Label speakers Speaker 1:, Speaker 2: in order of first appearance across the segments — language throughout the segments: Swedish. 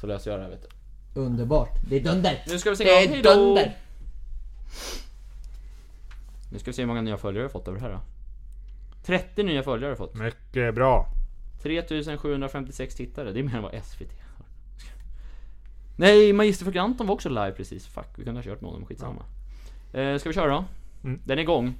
Speaker 1: Så löser jag det här vet du.
Speaker 2: Underbart. Det är dunder.
Speaker 1: Nu ska vi se
Speaker 2: Det
Speaker 1: igång,
Speaker 2: är
Speaker 1: hejdå!
Speaker 2: dunder.
Speaker 1: Nu ska vi se hur många nya följare vi har fått över det här då. 30 nya följare har vi fått.
Speaker 3: Mycket bra.
Speaker 1: 3756 tittare, det är mer än vad SVT har. Nej, Magister Fuck Anton var också live precis. Fuck, vi kunde ha kört med honom, skitsamma. Eh, ska vi köra då?
Speaker 3: Mm.
Speaker 1: Den är igång.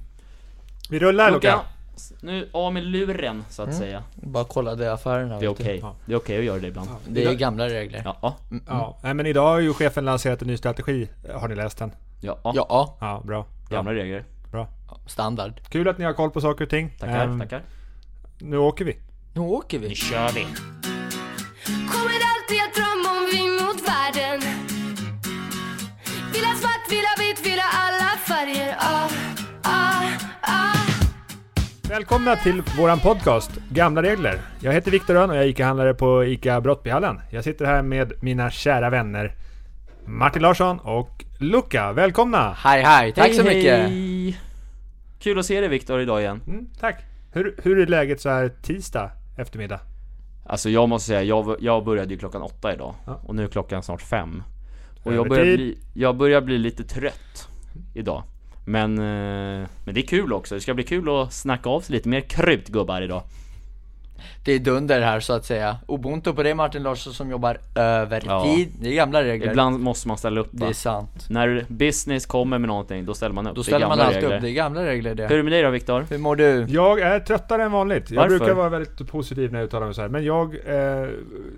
Speaker 3: Vi rullar Luka.
Speaker 1: S- Nu av med luren, så att säga.
Speaker 2: Bara kollade affärerna.
Speaker 1: Det är
Speaker 2: vet du.
Speaker 1: okej.
Speaker 3: Ja.
Speaker 1: Det är okej att göra det ibland.
Speaker 2: Det är gamla regler.
Speaker 1: Ja, ja.
Speaker 3: Ja, nej, men idag har ju chefen lanserat en ny strategi. Har ni läst den?
Speaker 1: ja.
Speaker 2: Ja,
Speaker 3: Ja, bra. bra.
Speaker 1: Gamla regler.
Speaker 2: standard.
Speaker 3: Kul att ni har koll på saker och ting.
Speaker 1: Tackar,
Speaker 3: Ehm,
Speaker 1: tackar.
Speaker 3: Nu åker vi.
Speaker 2: Nu åker vi.
Speaker 1: kör vi!
Speaker 4: Kommer alltid att drömma om vi mot världen Vill ha svart, vill ha vitt, vill ha alla färger ah, ah, ah.
Speaker 3: Välkomna till våran podcast Gamla Regler. Jag heter Viktor Öhn och jag är ICA-handlare på ICA Brottbyhallen. Jag sitter här med mina kära vänner Martin Larsson och Luca. Välkomna!
Speaker 2: Hej hej, tack så mycket.
Speaker 1: Hej. Kul att se dig Viktor idag igen.
Speaker 3: Mm, tack! Hur, hur är läget så här tisdag eftermiddag?
Speaker 1: Alltså jag måste säga, jag, jag började ju klockan åtta idag.
Speaker 3: Ja.
Speaker 1: Och nu är klockan snart fem. Och jag
Speaker 3: Övertid.
Speaker 1: börjar, bli, jag börjar bli lite trött idag. Men, eh, men det är kul också. Det ska bli kul att snacka av sig lite mer krut gubbar idag.
Speaker 2: Det är dunder här så att säga. Ubuntu på dig Martin Larsson som jobbar övertid. Det är gamla regler.
Speaker 1: Ibland måste man ställa upp
Speaker 2: Det
Speaker 1: va?
Speaker 2: är sant.
Speaker 1: När business kommer med någonting, då ställer man upp.
Speaker 2: Då
Speaker 1: Det är
Speaker 2: ställer man
Speaker 1: gamla
Speaker 2: alltid
Speaker 1: regler.
Speaker 2: upp. Det är gamla regler det.
Speaker 1: Hur är
Speaker 2: Hur,
Speaker 1: det med dig då Viktor?
Speaker 2: mår du?
Speaker 3: Jag är tröttare än vanligt. Jag
Speaker 1: Varför?
Speaker 3: brukar vara väldigt positiv när jag uttalar mig så här, men jag eh,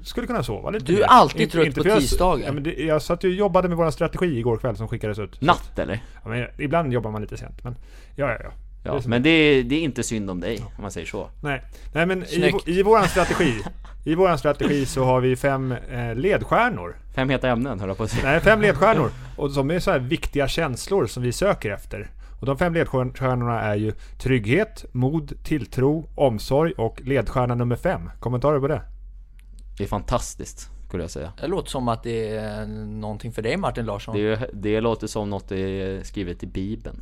Speaker 3: skulle kunna sova lite
Speaker 2: Du är
Speaker 3: mer.
Speaker 2: alltid trött på
Speaker 3: för jag-
Speaker 2: tisdagar. Mm.
Speaker 3: Ja, men det, jag satt ju och jobbade med våran strategi igår kväll som skickades ut.
Speaker 1: Natt eller?
Speaker 3: Ja, men, ibland jobbar man lite sent, men ja, ja, ja. Det är
Speaker 1: Ja,
Speaker 3: så.
Speaker 1: men det är, det är inte synd om dig, om man säger så.
Speaker 3: Nej, Nej men i,
Speaker 2: Snyggt.
Speaker 3: i våran strategi I våran strategi så har vi fem eh, ledstjärnor
Speaker 1: Fem heta ämnen höll jag på att säga.
Speaker 3: Nej, fem ledstjärnor Och som är så här viktiga känslor som vi söker efter Och de fem ledstjärnorna är ju Trygghet, mod, tilltro, omsorg och ledstjärna nummer fem Kommentarer på det?
Speaker 1: Det är fantastiskt, skulle jag säga.
Speaker 2: Det låter som att det är eh, någonting för dig Martin Larsson.
Speaker 1: Det, är- det låter som något är skrivet i Bibeln.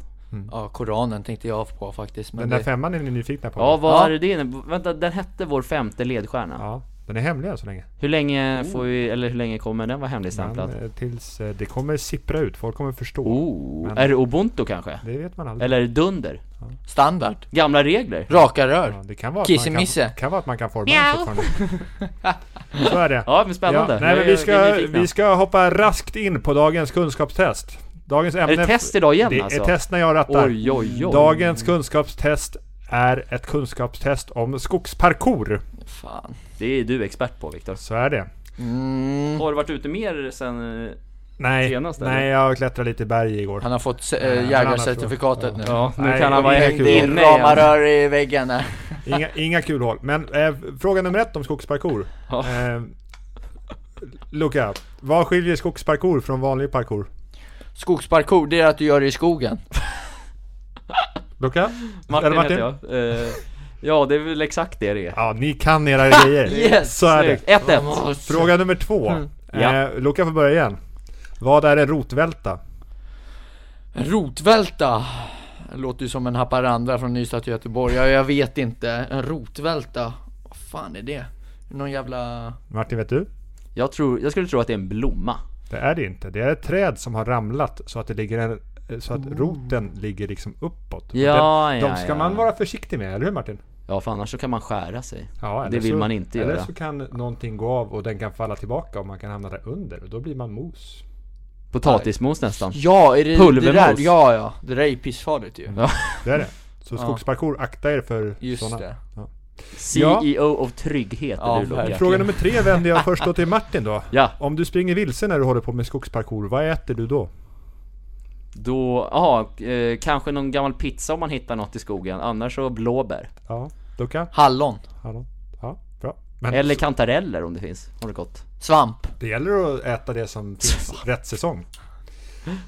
Speaker 2: Ja, Koranen tänkte jag på faktiskt. Men
Speaker 3: Den där
Speaker 2: det...
Speaker 3: femman är ni nyfikna på?
Speaker 1: Ja, vad
Speaker 2: Ja.
Speaker 1: är det det inne- Vänta, den hette Vår femte ledstjärna.
Speaker 3: Ja, Den är hemlig än så länge
Speaker 1: Hur länge får vi, eller hur länge kommer den vara
Speaker 3: men,
Speaker 1: hemligstämplad?
Speaker 3: eh, Tills eh, det kommer sippra ut, folk kommer förstå
Speaker 1: Oh,
Speaker 3: men-
Speaker 1: är det Ubuntu kanske?
Speaker 3: Det vet man aldrig
Speaker 1: Eller är det Dunder?
Speaker 2: Standard.
Speaker 1: Gamla regler?
Speaker 2: Raka rör.
Speaker 3: Ja, det kan vara, att man kan,
Speaker 2: Kissemisse.
Speaker 3: kan vara att man kan forma den fortfarande Så är det
Speaker 1: Ja, men spännande.
Speaker 3: Ja, nej,
Speaker 1: Jag
Speaker 3: men
Speaker 1: är-
Speaker 3: vi, ska,
Speaker 1: jag är nyfikna.
Speaker 3: vi ska hoppa raskt in på dagens kunskapstest. Dagens ämne...
Speaker 1: Är det test idag igen
Speaker 3: Det
Speaker 1: alltså?
Speaker 3: är test när jag rattar.
Speaker 1: Oj, oj, oj.
Speaker 3: Dagens kunskapstest är ett kunskapstest om skogsparkour.
Speaker 2: Fan.
Speaker 1: Det är du expert på Viktor.
Speaker 3: Så är det.
Speaker 2: Mm.
Speaker 1: Har du varit ute mer sen... eh,
Speaker 3: Nej,
Speaker 1: Senast, eller?
Speaker 3: nej jag klättrade lite i berg igår.
Speaker 2: Han har fått
Speaker 3: Ja,
Speaker 2: äh,
Speaker 3: men
Speaker 2: jägarcertifikatet nu.
Speaker 1: Ja, nu
Speaker 3: Nej,
Speaker 1: kan han
Speaker 3: det
Speaker 1: vara
Speaker 3: är
Speaker 1: hängd
Speaker 3: kul.
Speaker 1: inne igen.
Speaker 2: Ramarör i väggen där.
Speaker 3: Inga, inga kul hål. Men eh, fråga nummer ett om skogsparkour.
Speaker 1: Ja.
Speaker 3: Eh, Luca, vad skiljer skogsparkour från vanlig parkour?
Speaker 2: Skogsparkour, det är att du gör det i skogen.
Speaker 3: Luca?
Speaker 1: Martin,
Speaker 3: Eller
Speaker 1: heter jag. Eh, ja, det är väl exakt det det är.
Speaker 3: Ja, ni kan era grejer.
Speaker 2: Yes,
Speaker 3: Så är det.
Speaker 1: 1-1.
Speaker 3: Fråga nummer två.
Speaker 1: Mm. Ja.
Speaker 3: Eh, Luca får börja igen. Vad är en rotvälta?
Speaker 2: Rotvälta. Låter ju som en Haparanda från Ystad till Göteborg. Ja, jag vet inte. En rotvälta. Vad fan är det? Någon jävla...
Speaker 3: Martin, vet du?
Speaker 1: Jag, tror, jag skulle tro att det är en blomma.
Speaker 3: Det är det inte. Det är ett träd som har ramlat så att, det ligger en, så att roten ligger liksom uppåt. Och
Speaker 1: Oh. Ja,
Speaker 3: den,
Speaker 1: ja,
Speaker 3: de ska
Speaker 1: ja.
Speaker 3: man vara försiktig med, eller hur Martin?
Speaker 1: Ja, för annars så kan man skära sig.
Speaker 3: Ja,
Speaker 1: Det vill man inte
Speaker 3: eller
Speaker 1: göra.
Speaker 3: så kan någonting gå av och den kan falla tillbaka och man kan hamna där under och då blir man mos.
Speaker 1: Potatismos nästan.
Speaker 2: Ja, är det det
Speaker 1: Pulvermos.
Speaker 2: där? Ja, ja. Det där är ju pissfarligt ju.
Speaker 3: Det är det. Så skogsparkour, akta er för
Speaker 2: Just
Speaker 3: sådana.
Speaker 2: det.
Speaker 1: CEO of E trygghet
Speaker 2: Ja,
Speaker 1: är du Loke.
Speaker 2: verkligen.
Speaker 3: Fråga nummer tre vänder jag först då till Martin då.
Speaker 1: Ja,
Speaker 3: Om du springer vilse när du håller på med skogsparkour, vad äter du då?
Speaker 1: då, aha, eh, kanske någon gammal pizza om man hittar något i skogen, annars så blåbär.
Speaker 3: Ja, Luca?
Speaker 2: Hallon.
Speaker 3: Hallå? Ja, bra. Men
Speaker 1: Eller kantareller om det finns, har det gott.
Speaker 2: Svamp.
Speaker 3: det gäller att äta det som finns rätt säsong.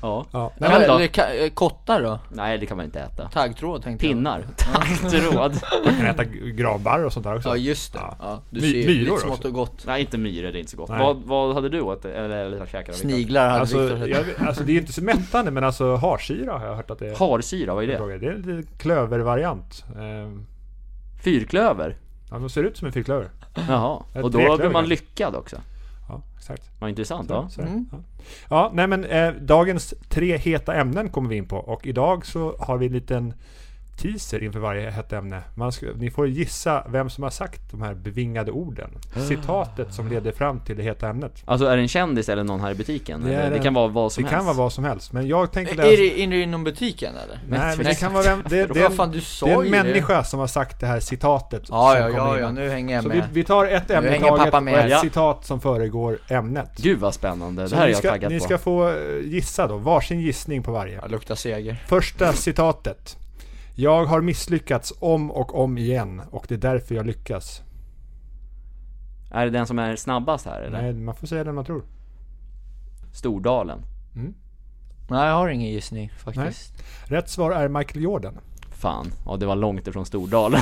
Speaker 1: Ja.
Speaker 3: Ja. Nej, men,
Speaker 1: men då.
Speaker 2: Eller ka- eh, kottar då?
Speaker 1: Nej, det kan man inte äta.
Speaker 2: Taggtråd tänkte jag.
Speaker 1: Pinnar. Taggtråd.
Speaker 3: man kan äta granbarr och sånt där också.
Speaker 2: Ja just det,
Speaker 3: Ja.
Speaker 2: ja. du
Speaker 3: My-
Speaker 2: ser
Speaker 3: myror
Speaker 2: lite
Speaker 3: också.
Speaker 2: smått och gott
Speaker 1: Nej, inte myror, det är inte så gott.
Speaker 3: Nej.
Speaker 1: Vad, vad hade du åt? Eller, eller käkade Viktor?
Speaker 2: Sniglar hade
Speaker 3: Alltså,
Speaker 2: Viktor
Speaker 3: jag, vet- alltså det är inte så mättande men alltså harsyra har jag hört att det är.
Speaker 1: Harsyra, vad är det?
Speaker 3: Fråga. Det är en liten klövervariant. Eh,
Speaker 1: Fyrklöver?
Speaker 3: ja, de ser ut som en fyrklöver.
Speaker 1: Jaha.
Speaker 3: Ett
Speaker 1: Och då
Speaker 3: treklöver.
Speaker 1: blir man lyckad också.
Speaker 3: Ja, exakt.
Speaker 1: Vad intressant.
Speaker 3: Så,
Speaker 1: Ja.
Speaker 3: så är det.
Speaker 2: Mm.
Speaker 3: ja. ja, nej men eh, dagens tre heta ämnen kommer vi in på och idag så har vi en liten teaser inför varje hett ämne. Man ska, ni får gissa vem som har sagt de här bevingade orden.
Speaker 2: Ah.
Speaker 3: Citatet som leder fram till det heta ämnet.
Speaker 1: Alltså är det en kändis eller någon här i butiken?
Speaker 3: Det
Speaker 1: Det,
Speaker 3: är
Speaker 1: eller? det
Speaker 3: en-
Speaker 1: kan vara vad som
Speaker 3: Det
Speaker 1: helst.
Speaker 3: kan vara vad som helst, men jag tänker
Speaker 2: Är
Speaker 3: läsa...
Speaker 2: det, är det inom butiken eller?
Speaker 3: Nej, men det
Speaker 1: Netflix.
Speaker 3: kan vara vem... Det, det,
Speaker 2: Vad
Speaker 3: är,
Speaker 2: fan
Speaker 3: en,
Speaker 2: du
Speaker 3: det är
Speaker 2: sa
Speaker 3: en
Speaker 2: ju
Speaker 3: människa som har sagt det här citatet
Speaker 2: Ja,
Speaker 3: som
Speaker 2: ja,
Speaker 3: kommer
Speaker 2: ja,
Speaker 3: in.
Speaker 2: ja, nu hänger jag
Speaker 3: Så vi,
Speaker 2: med.
Speaker 3: vi tar ett ämne i
Speaker 2: hänger
Speaker 3: taget
Speaker 2: pappa
Speaker 3: och
Speaker 2: med.
Speaker 3: ett
Speaker 1: Ja.
Speaker 3: citat som föregår ämnet.
Speaker 1: Gud vad spännande,
Speaker 3: Så
Speaker 1: det här är
Speaker 3: ni
Speaker 1: jag
Speaker 3: ska,
Speaker 1: taggad
Speaker 3: Ni
Speaker 1: på.
Speaker 3: ska få eh, gissa då, varsin gissning på varje.
Speaker 2: Ja, luktar seger.
Speaker 3: Första citatet. Jag har misslyckats om och om igen och det är därför jag lyckas.
Speaker 1: Är det den som är snabbast här eller?
Speaker 3: Nej, man får säga det man tror.
Speaker 1: Stordalen.
Speaker 2: Nej, jag har ingen gissning faktiskt.
Speaker 3: Rätt svar är Michael Jordan.
Speaker 1: Fan, ja det var långt ifrån Stordalen.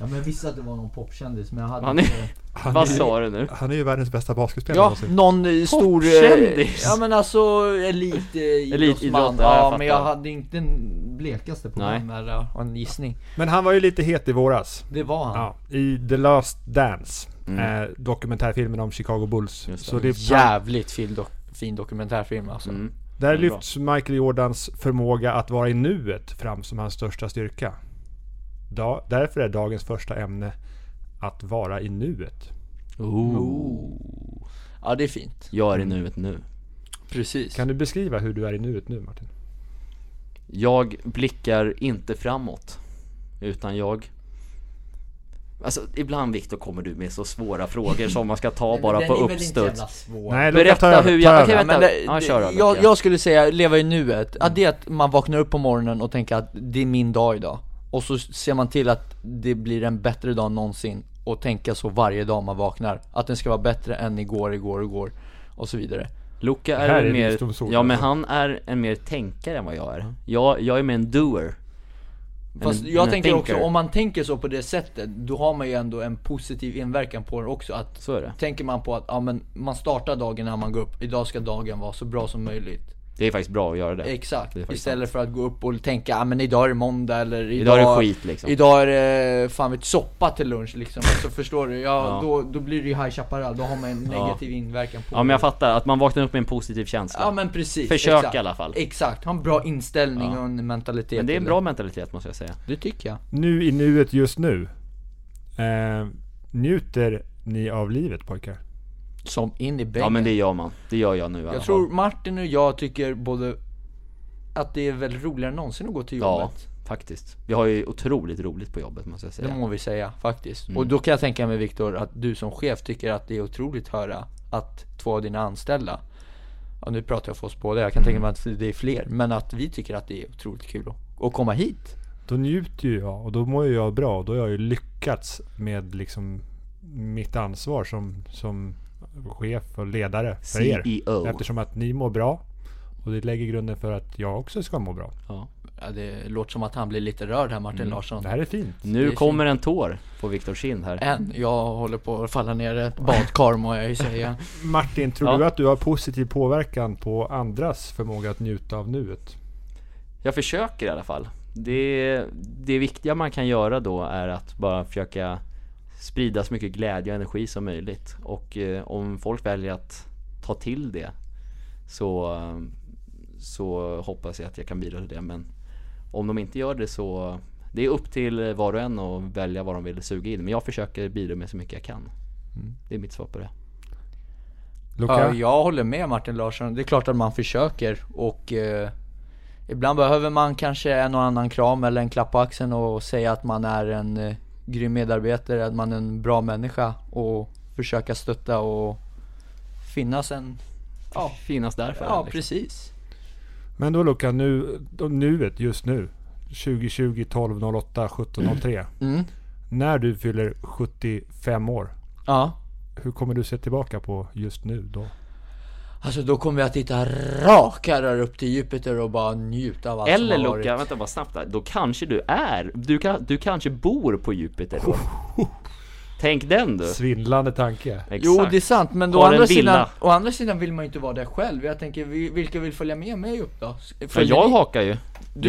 Speaker 5: Ja, men jag visste att det var någon popkändis men jag hade
Speaker 1: Han är-
Speaker 5: inte...
Speaker 3: Han
Speaker 1: vad
Speaker 3: är,
Speaker 1: sa du nu?
Speaker 3: Han är ju världens bästa basketspelare
Speaker 2: Ja,
Speaker 3: någonsin.
Speaker 2: någon eh, stor... eh,
Speaker 1: Popkändis.
Speaker 2: Ja men alltså elitidrottsman.
Speaker 1: Elitidrottare, jag
Speaker 2: Ja,
Speaker 1: fattar.
Speaker 2: men jag hade inte den blekaste på
Speaker 1: Nej.
Speaker 2: den där, och en gissning.
Speaker 3: Men han var ju lite het i våras.
Speaker 2: Det var han.
Speaker 3: Ja, I The Last Dance.
Speaker 1: Mm.
Speaker 3: Eh, dokumentärfilmen om Chicago Bulls.
Speaker 1: Just det.
Speaker 3: Så det,
Speaker 2: Jävligt fin, dok- fin dokumentärfilm alltså.
Speaker 1: Mm. det
Speaker 3: där
Speaker 1: är bra.
Speaker 3: lyfts Michael Jordans förmåga att vara i nuet fram som hans största styrka. Da, därför är dagens första ämne att vara i nuet. Oh.
Speaker 1: Ooh.
Speaker 2: Ja det är fint.
Speaker 1: Jag är i nuet nu.
Speaker 2: Precis.
Speaker 3: Kan du beskriva hur du är i nuet nu Martin?
Speaker 1: Jag blickar inte framåt. Utan jag... Alltså ibland Viktor kommer du med så svåra frågor som man ska ta bara på uppstuds.
Speaker 3: Nej, Luca, ta
Speaker 1: Berätta
Speaker 3: över,
Speaker 1: hur
Speaker 3: ta
Speaker 1: jag...
Speaker 3: över.
Speaker 1: Okej
Speaker 2: Ja, men
Speaker 1: vänta,
Speaker 2: det,
Speaker 1: ja, kör då, Mm. Luca.
Speaker 2: jag, jag skulle säga leva i nuet, att det är att man vaknar upp på morgonen och tänker att det är min dag idag Och så ser man till att det blir en bättre dag än någonsin och tänka så varje dag man vaknar Att den ska vara bättre än igår, igår, igår och så vidare
Speaker 1: Luca
Speaker 3: Här
Speaker 1: är,
Speaker 3: är
Speaker 1: en
Speaker 3: Viktor
Speaker 1: mer...
Speaker 3: Sol,
Speaker 1: Ja men
Speaker 3: alltså.
Speaker 1: han är en mer tänkare än vad jag är. Jag, jag är mer en doer.
Speaker 2: Fast
Speaker 1: En-
Speaker 2: jag
Speaker 1: en
Speaker 2: tänker också,
Speaker 1: thinker.
Speaker 2: om man tänker så på det sättet, då har man ju ändå en positiv inverkan på det också att
Speaker 1: Så är det.
Speaker 2: Tänker man på att, ja men man startar dagen när man går upp, idag ska dagen vara så bra som möjligt
Speaker 1: Det är faktiskt bra att göra det.
Speaker 2: Exakt,
Speaker 1: Det är faktiskt
Speaker 2: istället för att gå upp och tänka ah, men idag är det måndag eller
Speaker 1: Idag
Speaker 2: idag,
Speaker 1: är det skit, liksom.
Speaker 2: Idag är det fan vet, soppa till lunch liksom, alltså, förstår du? Ja,
Speaker 1: Ja.
Speaker 2: Då, då blir det ju High Chaparral, då har man en negativ inverkan på
Speaker 1: Ja men jag
Speaker 2: det.
Speaker 1: fattar, att man vaknar upp med en positiv känsla.
Speaker 2: Ja men precis,
Speaker 1: Försök
Speaker 2: exakt.
Speaker 1: i alla fall.
Speaker 2: Exakt, ha en bra inställning
Speaker 1: Ja.
Speaker 2: och en mentalitet
Speaker 1: Men det är en
Speaker 2: till
Speaker 1: bra mentalitet måste jag säga.
Speaker 2: det. det tycker jag
Speaker 3: Nu i nuet just nu. Eh, njuter ni av livet pojkar?
Speaker 2: Som in i bänken
Speaker 1: Ja men det gör man. Det gör jag nu i alla
Speaker 2: Jag
Speaker 1: fall.
Speaker 2: tror Martin och jag tycker både att det är väl roligare än någonsin att gå till
Speaker 1: Ja,
Speaker 2: jobbet
Speaker 1: faktiskt. Vi har ju otroligt roligt på jobbet måste jag
Speaker 2: Det
Speaker 1: säga.
Speaker 2: må vi säga faktiskt. Och då kan jag tänka mig Viktor, att du som chef tycker att det är otroligt höra att två av dina anställda, ja nu pratar jag för oss båda, jag kan tänka mig att det är fler, men att vi tycker att det är otroligt kul att, att komma hit.
Speaker 3: Då njuter ju jag och då mår ju jag bra. Då har jag ju lyckats med liksom mitt ansvar som, som chef och ledare för
Speaker 1: E
Speaker 3: er.
Speaker 1: CEO.
Speaker 3: Eftersom att ni mår bra. Och det lägger grunden för att jag också ska må bra.
Speaker 1: Ja.
Speaker 2: Ja, det låter som att han blir lite rörd här Martin Larsson.
Speaker 3: Det här är fint.
Speaker 1: Nu
Speaker 2: Det är
Speaker 1: kommer en tår på Viktors kind här.
Speaker 2: Än, jag håller på att falla ner i ett badkar må jag ju säga.
Speaker 3: Martin, tror
Speaker 1: Ja.
Speaker 3: du att du har positiv påverkan på andras förmåga att njuta av nuet?
Speaker 1: Jag försöker i alla fall. Det, det viktiga man kan göra då är att bara försöka sprida så mycket glädje och energi som möjligt. Och eh, om folk väljer att ta till det så, eh, så hoppas jag att jag kan bidra till det. Men om de inte gör det så det är upp till var och en att välja vad de vill suga in. Men jag försöker bidra med så mycket jag kan. Det är mitt svar på det.
Speaker 3: Luca?
Speaker 2: Ja, jag håller med Martin Larsson, det är klart att man försöker och eh, Ibland behöver man kanske en och annan kram eller en klapp på axeln och säga att man är en eh, grym medarbetare, att man är en bra människa och försöka stötta och finnas en... Ja,
Speaker 1: Finnas där för en,
Speaker 2: ja
Speaker 1: liksom.
Speaker 2: precis.
Speaker 3: Men då Luca, nu, då- nuet just nu. 2020 12 08 17 03.
Speaker 2: Mm.
Speaker 3: När du fyller 75 år.
Speaker 2: Ja.
Speaker 3: Hur kommer du se tillbaka på just nu då?
Speaker 2: Alltså då kommer jag titta rakare upp till Jupiter och bara njuta av allt
Speaker 1: Eller
Speaker 2: som har
Speaker 1: Luca,
Speaker 2: varit.
Speaker 1: vänta bara snabbt där. Då kanske du är, du, kan, du kanske bor på Jupiter då? Tänk den du!
Speaker 3: Svindlande tanke.
Speaker 1: Exakt.
Speaker 2: Jo det är sant, men då å
Speaker 1: Har en
Speaker 2: andra,
Speaker 1: villa.
Speaker 2: sidan, å andra sidan vill man ju inte vara där själv. Jag tänker, vi- vilka vill följa med mig upp då?
Speaker 1: ja,
Speaker 2: Följer
Speaker 1: jag
Speaker 2: ni-
Speaker 1: hakar ju.
Speaker 2: Du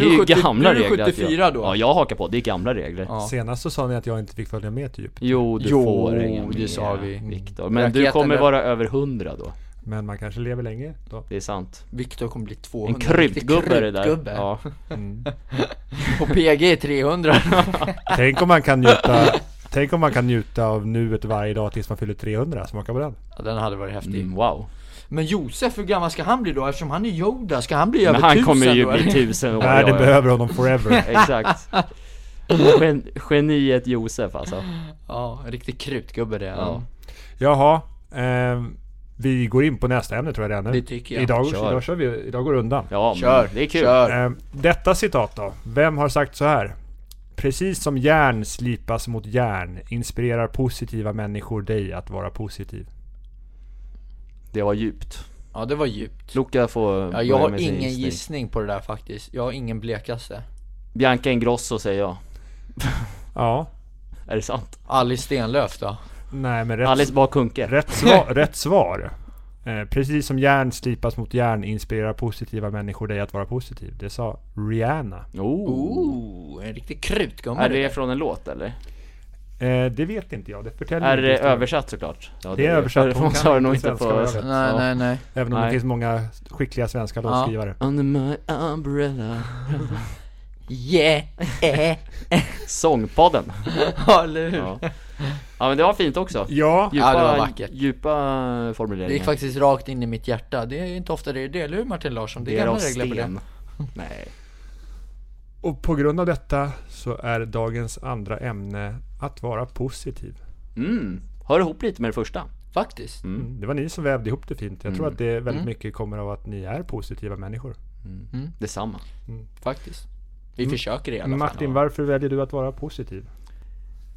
Speaker 1: det är ju
Speaker 2: är 70
Speaker 1: gamla
Speaker 2: du är
Speaker 1: regler. att
Speaker 2: 74
Speaker 1: jag,
Speaker 2: då.
Speaker 1: Ja, jag hakar på. Det är gamla regler.
Speaker 2: Ja.
Speaker 3: Senast så sa ni att jag inte fick följa med typ.
Speaker 1: Jo, du
Speaker 2: Jo,
Speaker 1: får hänga
Speaker 2: det
Speaker 1: med,
Speaker 2: sa vi.
Speaker 1: Viktor. Men du
Speaker 2: Raketen
Speaker 1: kommer
Speaker 2: där.
Speaker 1: vara över 100 då.
Speaker 3: Men man kanske lever länge då.
Speaker 1: Det är sant.
Speaker 2: Viktor kommer bli 200.
Speaker 1: En kryptgubbe är det där.
Speaker 2: Kryptgubbe.
Speaker 1: Ja.
Speaker 3: Mm.
Speaker 2: Och PG är 300.
Speaker 3: Tänk om man kan njuta Tänk om man kan njuta av nuet varje dag tills man fyller 300, smaka på den.
Speaker 2: ja, den hade varit häftig.
Speaker 1: Mm, wow.
Speaker 2: Men Josef, hur gammal ska han bli då? Eftersom han är Yoda, ska han bli
Speaker 1: Men
Speaker 2: över
Speaker 1: han
Speaker 2: 1000
Speaker 1: kommer ju
Speaker 2: då?
Speaker 1: bli typ-
Speaker 2: eller?
Speaker 1: 1000 år.
Speaker 3: Världen
Speaker 1: ja, ja.
Speaker 3: behöver honom forever.
Speaker 1: Exakt. Gen geniet Josef alltså.
Speaker 2: Ja, en riktig krutgubbe det. Ja.
Speaker 1: Ja.
Speaker 3: Jaha, ehm, vi går in på nästa ämne tror jag redan nu.
Speaker 2: Det tycker jag.
Speaker 3: Idag,
Speaker 1: Kör.
Speaker 3: idag, kör vi, idag går det undan.
Speaker 1: Ja, men
Speaker 2: Kör,
Speaker 1: det är kul.
Speaker 2: kör.
Speaker 3: Ehm, detta citat då. Vem har sagt så här? Precis som järn slipas mot järn inspirerar positiva människor dig att vara positiv.
Speaker 1: Det var djupt.
Speaker 2: Ja, det var djupt.
Speaker 1: Luca får
Speaker 2: Ja, jag
Speaker 1: börja
Speaker 2: har
Speaker 1: med sin
Speaker 2: ingen gissning på det där faktiskt. Jag har ingen blekaste.
Speaker 1: Bianca Ingrosso säger jag.
Speaker 3: Ja,
Speaker 1: Är det sant?
Speaker 2: Alice Stenlöf då?
Speaker 3: nej men rätt,
Speaker 1: Alice Bah Kuhnke.
Speaker 3: rätt, sva, rätt svar. Eh, precis som järn slipas mot järn inspirerar positiva människor dig att vara positiv. Det sa Rihanna.
Speaker 1: Oh.
Speaker 2: Oh, en riktig krutgumma
Speaker 1: Är
Speaker 2: du.
Speaker 1: det från en låt eller?
Speaker 3: Eh, det vet inte jag, det förtäljer
Speaker 1: Är
Speaker 3: inte
Speaker 1: det
Speaker 3: historien.
Speaker 1: översatt såklart? Ja,
Speaker 3: Det är översatt, hon
Speaker 1: Hon
Speaker 3: kan
Speaker 1: sa det nog
Speaker 3: inte
Speaker 1: inte på...
Speaker 3: svenska, vad jag
Speaker 2: Nej,
Speaker 1: Ja.
Speaker 2: nej, nej.
Speaker 3: Även om det
Speaker 1: Nej.
Speaker 3: finns många skickliga svenska låtskrivare.
Speaker 1: Under my umbrella
Speaker 2: Yeah!
Speaker 1: Sångpodden!
Speaker 2: ja, eller hur?
Speaker 1: Ja. ja men det var fint också
Speaker 3: Ja,
Speaker 1: Djupa,
Speaker 2: det var vackert.
Speaker 1: djupa formuleringar
Speaker 2: Det gick faktiskt rakt in i mitt hjärta. Det är inte ofta det är det, eller hur Martin Larsson? Det är gamla
Speaker 1: av
Speaker 2: regler på det.
Speaker 1: sten. Nej
Speaker 3: och på grund av detta så är dagens andra ämne att vara positiv.
Speaker 1: mm. Hör ihop lite med det första
Speaker 2: Faktiskt.
Speaker 3: Mm. Det var ni som vävde ihop det fint. Jag tror att det väldigt mycket kommer av att ni är positiva människor.
Speaker 1: Detsamma
Speaker 2: Faktiskt. Vi
Speaker 1: Mm.
Speaker 2: försöker i alla fall.
Speaker 3: Martin, varför väljer du att vara positiv?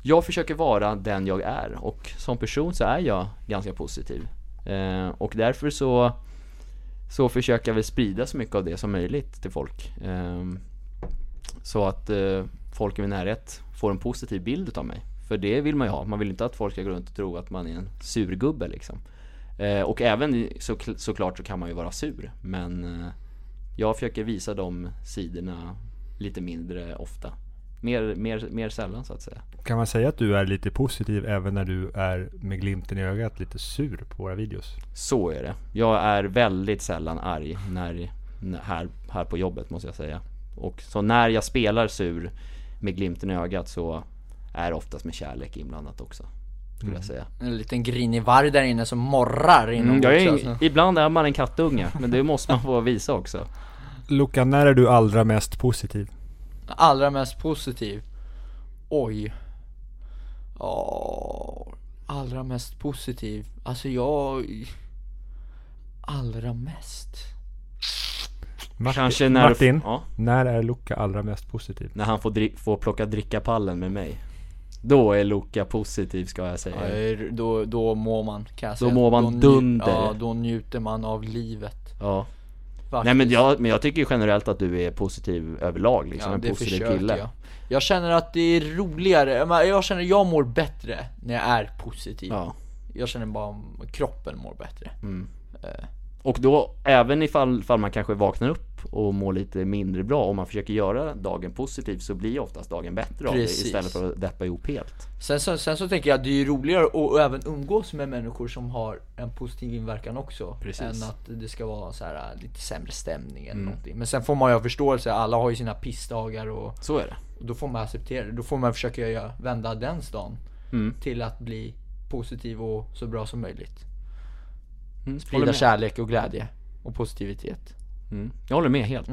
Speaker 1: Jag försöker vara den jag är och som person så är jag ganska positiv. Eh, och därför så, så försöker jag väl sprida så mycket av det som möjligt till folk. Eh, så att eh, folk i min närhet får en positiv bild utav mig. För det vill man ju ha, man vill inte att folk ska gå runt och tro att man är en surgubbe liksom. Eh, och även i- så, såklart så kan man ju vara sur, men eh, jag försöker visa de sidorna lite mindre ofta. Mer, mer, mer sällan så att säga.
Speaker 3: Kan man säga att du är lite positiv även när du är med glimten i ögat lite sur på våra videos?
Speaker 1: Så är det. Jag är väldigt sällan arg när, när, här, här på jobbet måste jag säga. Och så när jag spelar sur med glimten i ögat så är det oftast med kärlek inblandat också. Skulle
Speaker 3: Mm.
Speaker 1: jag säga.
Speaker 2: En liten grinig varg där inne som morrar inombords
Speaker 1: Mm, jag är,
Speaker 2: alltså.
Speaker 1: ibland är man en kattunge, men det måste man få visa också.
Speaker 3: Luca, när är du allra mest positiv?
Speaker 2: Alltså, Allra mest positiv. Oj. Ja. Allra mest positiv. Alltså jag... Allra mest.
Speaker 3: Martin,
Speaker 1: Kanske när,
Speaker 3: Martin
Speaker 1: Du, ja,
Speaker 3: när är Luca allra mest positiv?
Speaker 1: när han får, dri, får plocka drickapallen med mig. Då är Luca positiv ska jag säga.
Speaker 2: Ja, Då, då mår man kan jag
Speaker 1: Då
Speaker 2: säga.
Speaker 1: mår man
Speaker 2: nju-
Speaker 1: dunder.
Speaker 2: Ja, då njuter man av livet.
Speaker 1: Ja.
Speaker 2: Faktiskt.
Speaker 1: Nej men jag, men jag tycker ju generellt att du är positiv överlag liksom, en positiv
Speaker 2: försöker
Speaker 1: kille.
Speaker 2: Jag. jag känner att det är roligare, jag menar, jag känner att jag mår bättre när jag är positiv.
Speaker 1: Ja.
Speaker 2: Jag känner bara om kroppen mår bättre.
Speaker 1: Och då, även ifall, ifall man kanske vaknar upp och mår lite mindre bra, om man försöker göra dagen positiv så blir oftast dagen bättre av det
Speaker 2: Precis.
Speaker 1: istället för att deppa ihop helt.
Speaker 2: Sen, så, sen så tänker jag att det är ju roligare att och även umgås med människor som har en positiv inverkan också.
Speaker 1: Precis.
Speaker 2: Än att det ska vara så här, äh, lite sämre stämning eller någonting. Men sen får man ju ha förståelse, alla har ju sina pissdagar och
Speaker 1: Så är det.
Speaker 2: Och Då får man acceptera det. Då får man försöka göra, vända den stan till att bli positiv och så bra som möjligt.
Speaker 1: Mm, håller
Speaker 2: Sprida
Speaker 1: med.
Speaker 2: kärlek och glädje och positivitet.
Speaker 1: Mm. Jag håller med helt.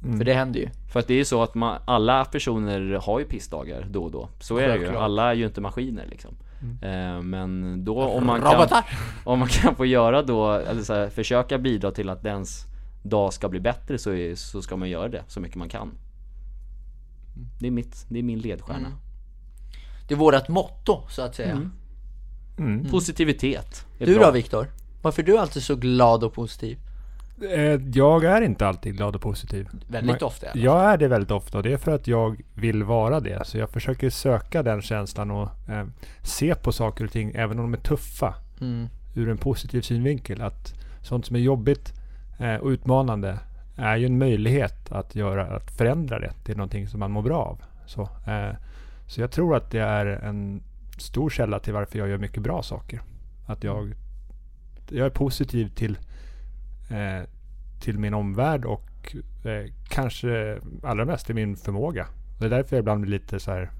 Speaker 2: För det händer ju.
Speaker 1: För att det är ju så att man, alla personer har ju pissdagar då och då. Så är det ju.
Speaker 2: Självklart. Mm.
Speaker 1: Alla är ju inte maskiner liksom. Eh, Men då om man, kan,
Speaker 2: Robotar!
Speaker 1: om man kan få göra då, eller så här, försöka bidra till att ens dag ska bli bättre så, är, så ska man göra det så mycket man
Speaker 2: Mm.
Speaker 1: kan. Det är, mitt, det är min ledstjärna.
Speaker 2: Det är vårt motto så att säga.
Speaker 1: Positivitet. är
Speaker 2: Du
Speaker 1: bra.
Speaker 2: då Viktor? Varför är du alltid så glad och positiv?
Speaker 3: Eh, Jag är inte alltid glad och positiv.
Speaker 2: Väldigt
Speaker 3: Man-
Speaker 2: ofta.
Speaker 3: Jag är det väldigt ofta och det är för att jag vill vara det. Så jag försöker söka den känslan och eh, se på saker och ting, även om de är tuffa,
Speaker 2: Mm.
Speaker 3: ur en positiv synvinkel. Att sånt som är jobbigt eh, och utmanande är ju en möjlighet att, göra, att förändra det till någonting som man mår bra av. Så, eh, så jag tror att det är en stor källa till varför jag gör mycket bra saker. Att jag, jag är positiv till, eh, till min omvärld och eh, kanske allra mest till min förmåga. Det är därför jag ibland blir lite så här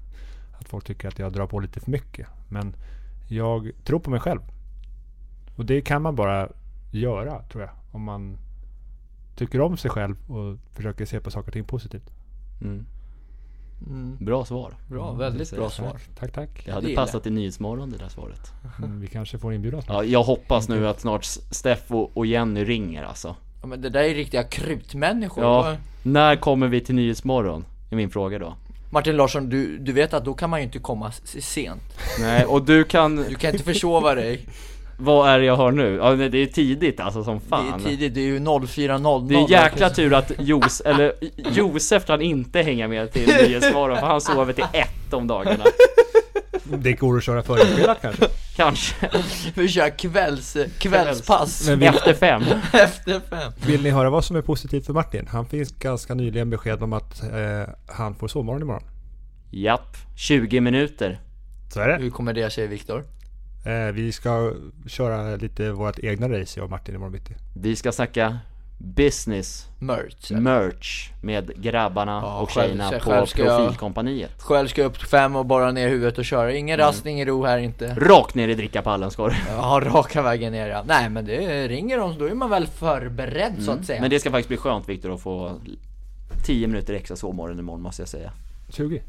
Speaker 3: att folk tycker att jag drar på lite för mycket. Men jag tror på mig själv. Och det kan man bara göra, tror jag. Om man tycker om sig själv och försöker se på saker och ting positivt.
Speaker 1: Mm.
Speaker 2: Mm.
Speaker 1: Bra svar.
Speaker 2: Bra, väldigt bra svar.
Speaker 3: Tack, tack.
Speaker 1: Det
Speaker 2: Det
Speaker 1: hade
Speaker 2: gillar
Speaker 1: passat i Nyhetsmorgon det där svaret.
Speaker 3: Mm, Vi kanske får en inbjudan snart.
Speaker 1: Ja, jag hoppas
Speaker 2: Mm.
Speaker 1: nu att snart S- Steff och, och Jenny ringer alltså.
Speaker 2: Ja, men det där är riktiga krutmänniskor.
Speaker 1: Ja, när kommer vi till Nyhetsmorgon? Är min fråga då.
Speaker 2: Martin Larsson, du, du vet att då kan man ju inte komma s- sent.
Speaker 1: Nej, och du kan...
Speaker 2: Du kan inte försova dig.
Speaker 1: Vad är det jag hör nu? Ja, nej, det är tidigt alltså som
Speaker 2: Det
Speaker 1: fan.
Speaker 2: är tidigt, det är ju 04.00.
Speaker 1: Det är jäkla tur att Jos, eller Josef kan inte hänga med till Nyhetsmorgon för han sover till ett om dagarna.
Speaker 3: Det går att köra förinspelat kanske.
Speaker 1: Kanske
Speaker 2: Vi kör kvälls, kvällspass
Speaker 3: Men vill,
Speaker 1: efter fem.
Speaker 2: efter fem.
Speaker 3: vill ni höra vad som är positivt för Martin? Han fick ganska nyligen besked om att eh, han får sovmorgon imorgon.
Speaker 1: Japp, 20 minuter.
Speaker 3: Så är det.
Speaker 2: Hur kommer det sig Viktor?
Speaker 3: Eh, vi ska köra lite vårt egna race, jag och Martin, imorgon bitti.
Speaker 1: Vi ska snacka business
Speaker 2: Merch.
Speaker 1: Mm. merch med grabbarna
Speaker 2: Ja,
Speaker 1: och
Speaker 2: själv-
Speaker 1: tjejerna
Speaker 2: själv
Speaker 1: på
Speaker 2: ska jag-
Speaker 1: Profilkompaniet.
Speaker 2: Själv ska jag upp fem och bara ner huvudet och köra. Ingen rast, ingen ro här inte.
Speaker 1: Rakt ner i drickapallen ska du.
Speaker 2: Ja, raka vägen ner ja. Nej men det ringer de, då är man väl förberedd så att säga.
Speaker 1: Mm. Men det ska faktiskt bli skönt Viktor att få 10 minuter extra sovmorgon imorgon måste jag säga.
Speaker 3: 20.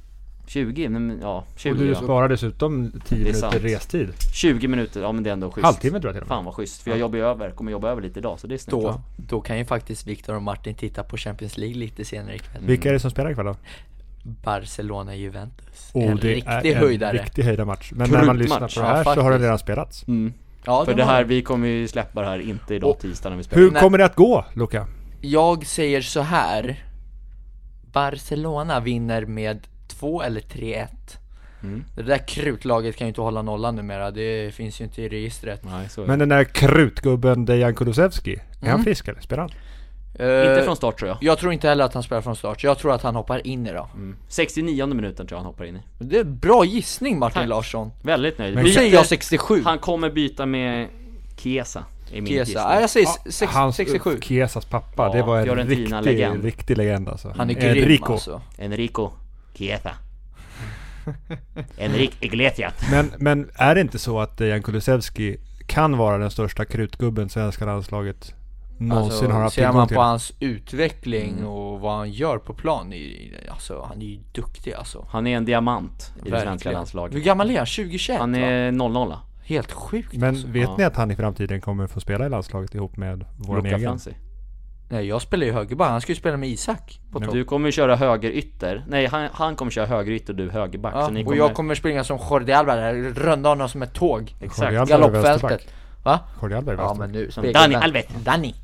Speaker 1: 20, nej, men ja,
Speaker 3: Och
Speaker 1: 20
Speaker 3: du
Speaker 1: ja.
Speaker 3: sparar dessutom 10
Speaker 1: Det är
Speaker 3: minuter
Speaker 1: sant.
Speaker 3: restid.
Speaker 1: 20 minuter, ja men det är ändå schysst.
Speaker 3: Halvtimme tror jag till och med.
Speaker 1: Fan vad schysst, för jag jobbar ju över, kommer jobba över lite idag så det är snyggt.
Speaker 2: Då, då kan ju faktiskt Viktor och Martin titta på Champions League lite senare ikväll.
Speaker 3: Vilka är det som spelar ikväll då?
Speaker 2: Barcelona-Juventus.
Speaker 3: Och
Speaker 2: en
Speaker 3: det
Speaker 2: riktig
Speaker 3: är
Speaker 2: höjdare.
Speaker 3: en riktig höjdarmatch. Men när man
Speaker 1: Krutmatch.
Speaker 3: lyssnar på det
Speaker 2: Ja,
Speaker 3: här så har den
Speaker 2: faktiskt.
Speaker 3: redan spelats.
Speaker 1: Mm.
Speaker 2: Ja,
Speaker 1: För
Speaker 2: det
Speaker 1: det
Speaker 2: var-
Speaker 1: här, vi kommer ju släppa det här inte idag
Speaker 2: Och-
Speaker 1: tisdag när vi spelar
Speaker 3: Hur
Speaker 1: in.
Speaker 2: Nej.
Speaker 3: kommer det att gå, Luca?
Speaker 2: Jag säger så här. Barcelona vinner med 2 eller 3-1.
Speaker 1: Mm.
Speaker 2: Det där krutlaget kan ju inte hålla nollan numera. Det finns ju inte i registret.
Speaker 1: Nej, så är
Speaker 3: Men
Speaker 1: det.
Speaker 3: den där krutgubben Dejan Kulusevski, är
Speaker 2: Mm.
Speaker 3: han frisk eller? Spelar han?
Speaker 2: Eh,
Speaker 1: Inte från start tror jag.
Speaker 2: Jag tror inte heller att han spelar från start. Jag tror att han hoppar in idag.
Speaker 1: Mm. 69 minuten tror jag han hoppar in i.
Speaker 2: Det är bra gissning Martin
Speaker 1: Tack.
Speaker 2: Larsson.
Speaker 1: Väldigt nöjd.
Speaker 3: Men-
Speaker 2: Nu
Speaker 1: Byter-
Speaker 2: säger jag 67.
Speaker 1: Han kommer byta med Kesa. i min
Speaker 2: Kesa.
Speaker 1: gissning.
Speaker 2: Nej, jag säger sex,
Speaker 3: Hans,
Speaker 2: 67.
Speaker 3: Chiesas pappa,
Speaker 1: Ja,
Speaker 3: det var en
Speaker 1: Fiorentina
Speaker 3: riktig
Speaker 1: legend.
Speaker 3: legend. riktig legend alltså.
Speaker 2: Han är
Speaker 3: Eh,
Speaker 2: grym
Speaker 3: Rico.
Speaker 2: alltså.
Speaker 1: Enrico Chiesa. Enric Iglesias.
Speaker 3: Men, men är det inte så att Dejan Kulusevski kan vara den största krutgubben svenska landslaget någonsin
Speaker 2: Alltså,
Speaker 3: har haft
Speaker 2: ser man
Speaker 3: tillgång till? Mm.
Speaker 2: på hans utveckling och vad han gör på plan, i- alltså han är ju duktig alltså.
Speaker 1: Han är en diamant i det svenska
Speaker 2: Verkligen. Hur
Speaker 1: landslaget.
Speaker 2: gammal är han? 2021
Speaker 1: Han
Speaker 2: va?
Speaker 1: är 00
Speaker 2: Helt sjukt alltså.
Speaker 3: Men vet
Speaker 1: Ja.
Speaker 3: ni att han i framtiden kommer få spela i landslaget ihop med vår
Speaker 1: Luca
Speaker 3: egen?
Speaker 1: Franzi.
Speaker 2: Nej jag spelar ju högerback, han ska ju spela med Isak på topp.
Speaker 1: Du kommer ju köra högerytter. Nej, han, han kommer köra högerytter och du högerback.
Speaker 2: Ja,
Speaker 1: så ni
Speaker 2: och
Speaker 1: kommer...
Speaker 2: jag kommer springa som Jordi Alba där, runda honom som ett tåg.
Speaker 1: Exakt.
Speaker 3: Jordi Alba är
Speaker 2: Galoppfältet.
Speaker 3: vänsterback.
Speaker 2: Va?
Speaker 3: Jordi Alba är
Speaker 2: Ja
Speaker 3: vänsterback.
Speaker 2: men nu,
Speaker 1: Som
Speaker 2: speglar-
Speaker 1: Dani Alves.
Speaker 2: Dani!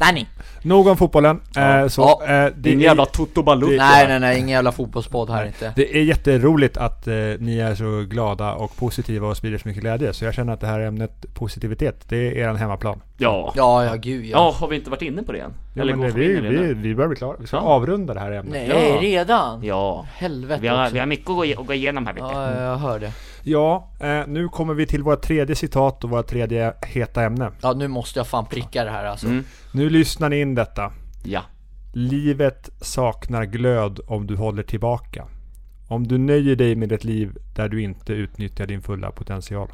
Speaker 2: Dani!
Speaker 3: Nog om fotbollen. Eh, så,
Speaker 2: Ja.
Speaker 3: eh, det
Speaker 1: Din
Speaker 3: är-
Speaker 1: jävla Toto Balotto.
Speaker 2: Nej nej nej, ingen jävla fotbollspodd här inte.
Speaker 3: Det är jätteroligt att eh, ni är så glada och positiva och sprider så mycket glädje. Så jag känner att det här ämnet positivitet, det är er hemmaplan.
Speaker 1: Ja. ja.
Speaker 2: Ja ja gud ja.
Speaker 1: har vi inte varit inne på det än?
Speaker 3: men
Speaker 1: går
Speaker 3: det,
Speaker 1: vi
Speaker 3: vi,
Speaker 1: in i det
Speaker 3: vi,
Speaker 1: nu?
Speaker 3: vi börjar bli klara. Vi ska
Speaker 1: Ja.
Speaker 3: avrunda det här ämnet.
Speaker 2: Nej
Speaker 1: Ja.
Speaker 2: redan?
Speaker 1: Ja.
Speaker 2: Helvete
Speaker 1: Vi har, Mm.
Speaker 2: också.
Speaker 1: vi har mycket att gå, i- att gå igenom här vet du.
Speaker 2: Ja jag hör det.
Speaker 3: Ja, eh, nu kommer vi till våra tredje citat och våra tredje heta ämne.
Speaker 2: Ja nu måste jag fan pricka det här alltså.
Speaker 1: Mm.
Speaker 3: Nu lyssnar ni in detta.
Speaker 1: Ja.
Speaker 3: Livet saknar glöd om du håller tillbaka. Om du nöjer dig med ett liv där du inte utnyttjar din fulla potential.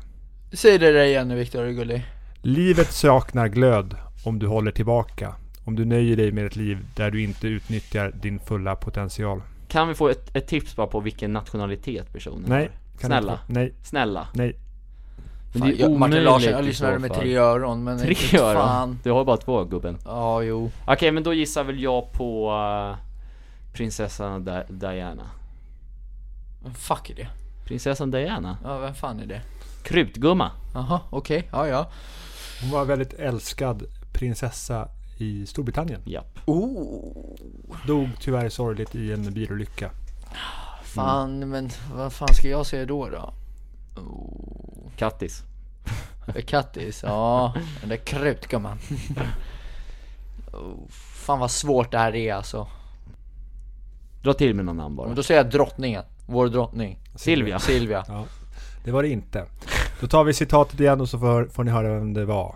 Speaker 2: Säg det där igen nu Viktor, är du gullig?
Speaker 3: Livet saknar glöd om du håller tillbaka. Om du nöjer dig med ett liv där du inte utnyttjar din fulla potential.
Speaker 1: Kan vi få ett, ett tips bara på vilken nationalitet personen
Speaker 3: Nej.
Speaker 1: har?
Speaker 3: Kan
Speaker 1: Snälla.
Speaker 3: inte- Nej,
Speaker 1: Snälla.
Speaker 3: nej.
Speaker 1: Men
Speaker 2: Fan, jag, Martin
Speaker 1: omöjligt
Speaker 2: Larsson, jag
Speaker 1: i
Speaker 2: lyssnade
Speaker 1: så
Speaker 2: med
Speaker 1: fall.
Speaker 2: tre öron men inte
Speaker 1: Tre öron?
Speaker 2: fan.
Speaker 1: Du har bara två gubben.
Speaker 2: Ja, jo.
Speaker 1: Okej, men då gissar väl jag på eh, prinsessan Di- Diana.
Speaker 2: Men Fuck är det?
Speaker 1: Prinsessan Diana?
Speaker 2: Ja, vem fan är det?
Speaker 1: Krutgumma.
Speaker 2: Jaha, okej, ja ja.
Speaker 3: Hon var väldigt älskad prinsessa i Storbritannien.
Speaker 1: Japp.
Speaker 2: Oh,
Speaker 3: Dog tyvärr sorgligt i en bilolycka.
Speaker 2: fan
Speaker 1: Mm.
Speaker 2: men vad fan ska jag säga då då?
Speaker 1: Kattis.
Speaker 2: Kattis, ja. Den där krutgumman. Oh, Fan vad svårt det här är alltså.
Speaker 1: Dra till med någon namn bara.
Speaker 2: Men då säger jag drottningen. Vår drottning.
Speaker 1: Silvia.
Speaker 2: Silvia.
Speaker 3: Ja, det var det inte. Då tar vi citatet igen och så får, får ni höra vem det var.